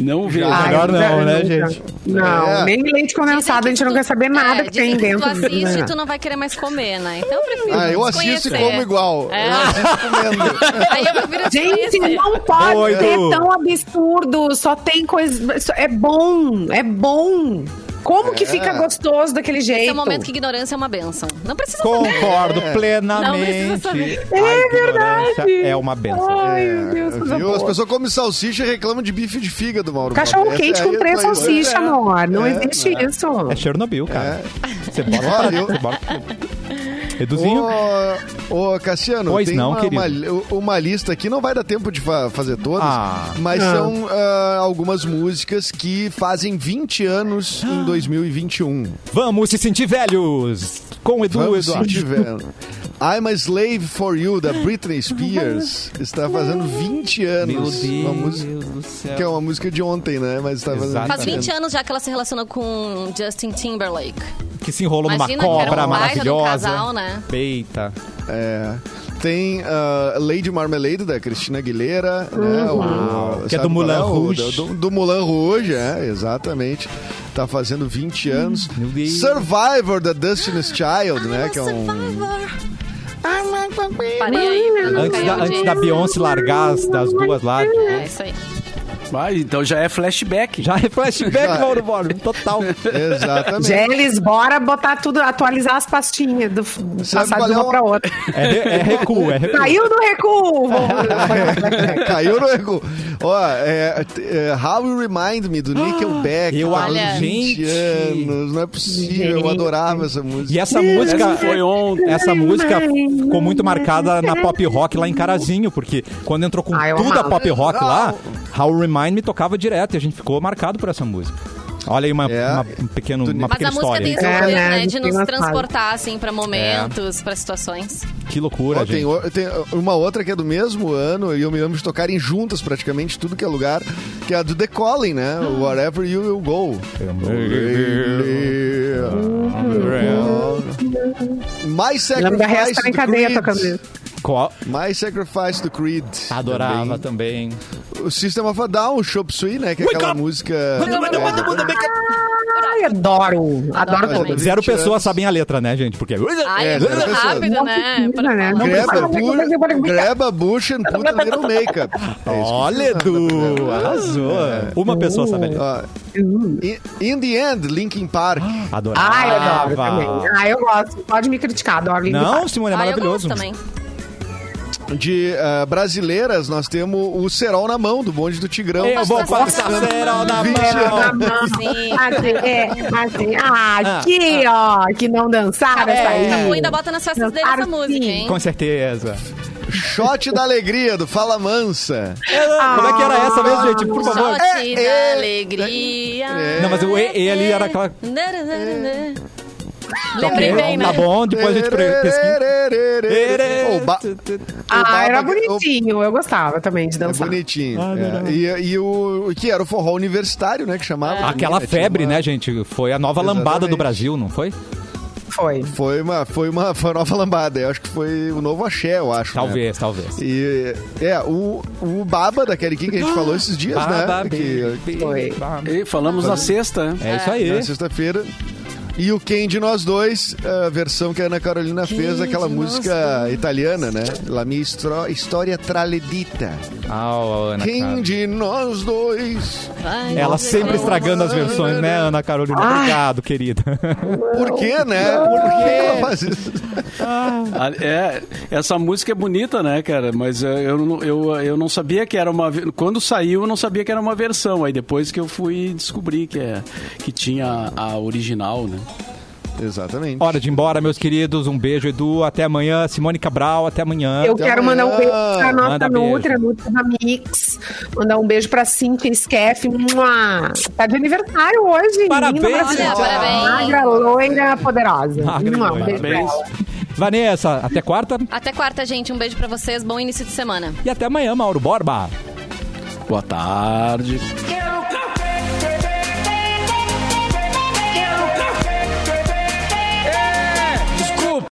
Não vi. Já. Melhor não, nunca, né, nunca. gente? Não, É. nem leite condensado, a gente não quer saber nada É, que dizem tem dentro. né? Tu assiste e Não. tu não vai querer mais comer, né? Então eu prefiro. Ah, eu assisto e desconhecer. como igual. É. Eu assisto comendo. Aí eu prefiro Gente, é um desconhecer. não pode Oi, ser Du. tão absurdo. Só tem coisa. só- É bom, é bom. Como É. que fica gostoso daquele jeito? Esse é o momento que ignorância é uma benção. Não precisa saber. Concordo É. Não precisa plenamente. saber. É verdade. É uma benção. Ai, meu Deus, coisa É, Viu? boa. As pessoas comem salsicha e reclamam de bife de fígado, Mauro. Cachorro Essa quente aí com é três só isso. salsichas, amor. Não É, existe isso. É Chernobyl, cara. Você bota Ó, pra eu- você bota. Eduzinho? Ô, ô, Cassiano, Pois tem não, uma, querido. uma- uma lista aqui, não vai dar tempo de fa- fazer todas, Ah. mas são ah, algumas músicas que fazem 20 anos em 2021. Vamos se sentir velhos com o Edu Vamos se Eduardo. tiver. I'm a Slave for You, da Britney Spears, está fazendo 20 anos. Uma música, do que é céu. uma música de ontem, né? Mas está fazendo Exato. Faz 20 anos. anos já que ela se relacionou com Justin Timberlake. Que se enrolou numa Imagina que era um baita cobra do maravilhosa. casal, né? Eita. É. Tem ah, Lady Marmalade, da Cristina Aguilera. Né, o- Que é sabe do qual Moulin O- Rouge. Do, do Moulin Rouge, é, exatamente. Tá fazendo 20 anos. meu Deus. Survivor, da Destiny's Child, Ah, né? Que é um... Parei aí, pra não Antes cair da, a antes da audiência. Beyoncé largar as, das duas lá. É isso aí. Vai, então já é flashback. Já é flashback, Já. Mauro Borba, total. É Exatamente. Geles, bora botar tudo, atualizar as pastinhas, do, Sabe passar qual de é uma o- pra outra. É, re- é recuo, é recuo. Caiu no recuo! Caiu no erro. Ó, é, é, How You Remind Me, do Nickelback. Ah, eu tá olha. aos 20 Gente. anos. Não é possível. Eu Gente. adorava essa música. E essa música. Essa foi ontem. Essa música ficou muito marcada na pop rock lá em Carazinho, porque quando entrou com Ah, eu tudo a amava. pop rock lá, How Remind Me tocava direto e a gente ficou marcado por essa música. Olha aí uma, É. uma, um pequeno, Do- uma Mas pequena a música história. tem esse É, poder, né, né? De tem nos uma transportar, assim, pra momentos, pra situações. Que loucura, Ó, tem, gente. o- tem uma outra que é do mesmo ano, e eu me lembro de tocarem juntas praticamente tudo que é lugar, que é a do The Calling, Ah. né? Wherever You Will Go. My Lembra da Sacrifice resta em do cadeia tocando Creed. isso. Qual- My Sacrifice do Creed. Adorava também. Também. O System of a Down, Chop Suey, né? Que é Wake aquela up! música... Ai, adoro, adoro Adoro todas. também. Zero 20 pessoas anos. sabem a letra, né, gente? Porque. Ai, É, é, né, muito pessoal? rápido, né? Pra- né? Não Grab precisa- a, bush, grab a bush and put a little makeup. É isso que Olha, né? Edu! Arrasou! É. Uma pessoa sabe a letra. Ó, in, in the end, Linkin Park. Adorava. Ah, eu adoro também. Ah, eu gosto. Pode me criticar, adoro Linkin Não, Park. Simone, é Ah, eu gosto maravilhoso. também. De ah, brasileiras, nós temos o Serol na mão, do bonde do Tigrão. Eu vou passar serol na mão. Tá Sim. Assim, é, assim, ah, aqui, ó, que não dançaram essa aí. Capu É. Tá ainda bota nas festas dele Claro essa que música, sim. hein? Com certeza. Shot da alegria, do Fala Mansa. Como é que era essa mesmo, gente? Por favor. Shot É, da é, alegria. é. Não, mas o E- E ali era aquela- Lembrei bem, né? Tá bom, depois a gente pre- pesquisa. Oh, ba- Ah, era o Baba- bonitinho, eu gostava também de É dançar. bonitinho. é. E, e o o que era o forró universitário, né? Que chamava. também, Aquela né, tinha febre, uma- né, gente? Foi a nova lambada do Exatamente. Brasil, não foi? Foi. Foi uma, foi uma, foi uma nova lambada. Eu acho que foi o novo axé, eu acho. né? Talvez, talvez. E é, o, o Baba da Kelly King que a gente falou esses dias, Ah, Baba, né? baby, Que, Foi. baby. E falamos na sexta. né? É isso na aí. sexta-feira. E o Quem de Nós Dois, a versão que a Ana Carolina fez daquela de música italiana, né? La mia Histro- história traledita. Ah, ó, Ana Quem Carolina. de nós dois? Vai, Ela vai, sempre vai. estragando as versões, né, Ana Carolina? Obrigado, querida. Por quê, né? Por que ela faz isso? Ah, É, essa música é bonita, né, cara? Mas é, eu, não- eu, eu não sabia que era uma. ve- Quando saiu, eu não sabia que era uma versão. Aí depois que eu fui descobrir que, é, que tinha a, a original, né? Exatamente. Hora de ir embora, meus queridos. Um beijo, Edu. Até amanhã. Simone Cabral, até amanhã. Eu Até quero amanhã. mandar um beijo pra nossa Manda beijo. Nutra, Nutra da Mix. Mandar um beijo pra Cintia Skef. Mua! Tá de aniversário hoje. Parabéns, menina brasileira. Olha, parabéns. Magra, loira, poderosa. Magra e Mua, loira. um beijo pra Parabéns. ela. Ah, Vanessa, até quarta. Até quarta, gente. Um beijo pra vocês. Bom início de semana. E até amanhã, Mauro Borba. Boa tarde. Quem um um É,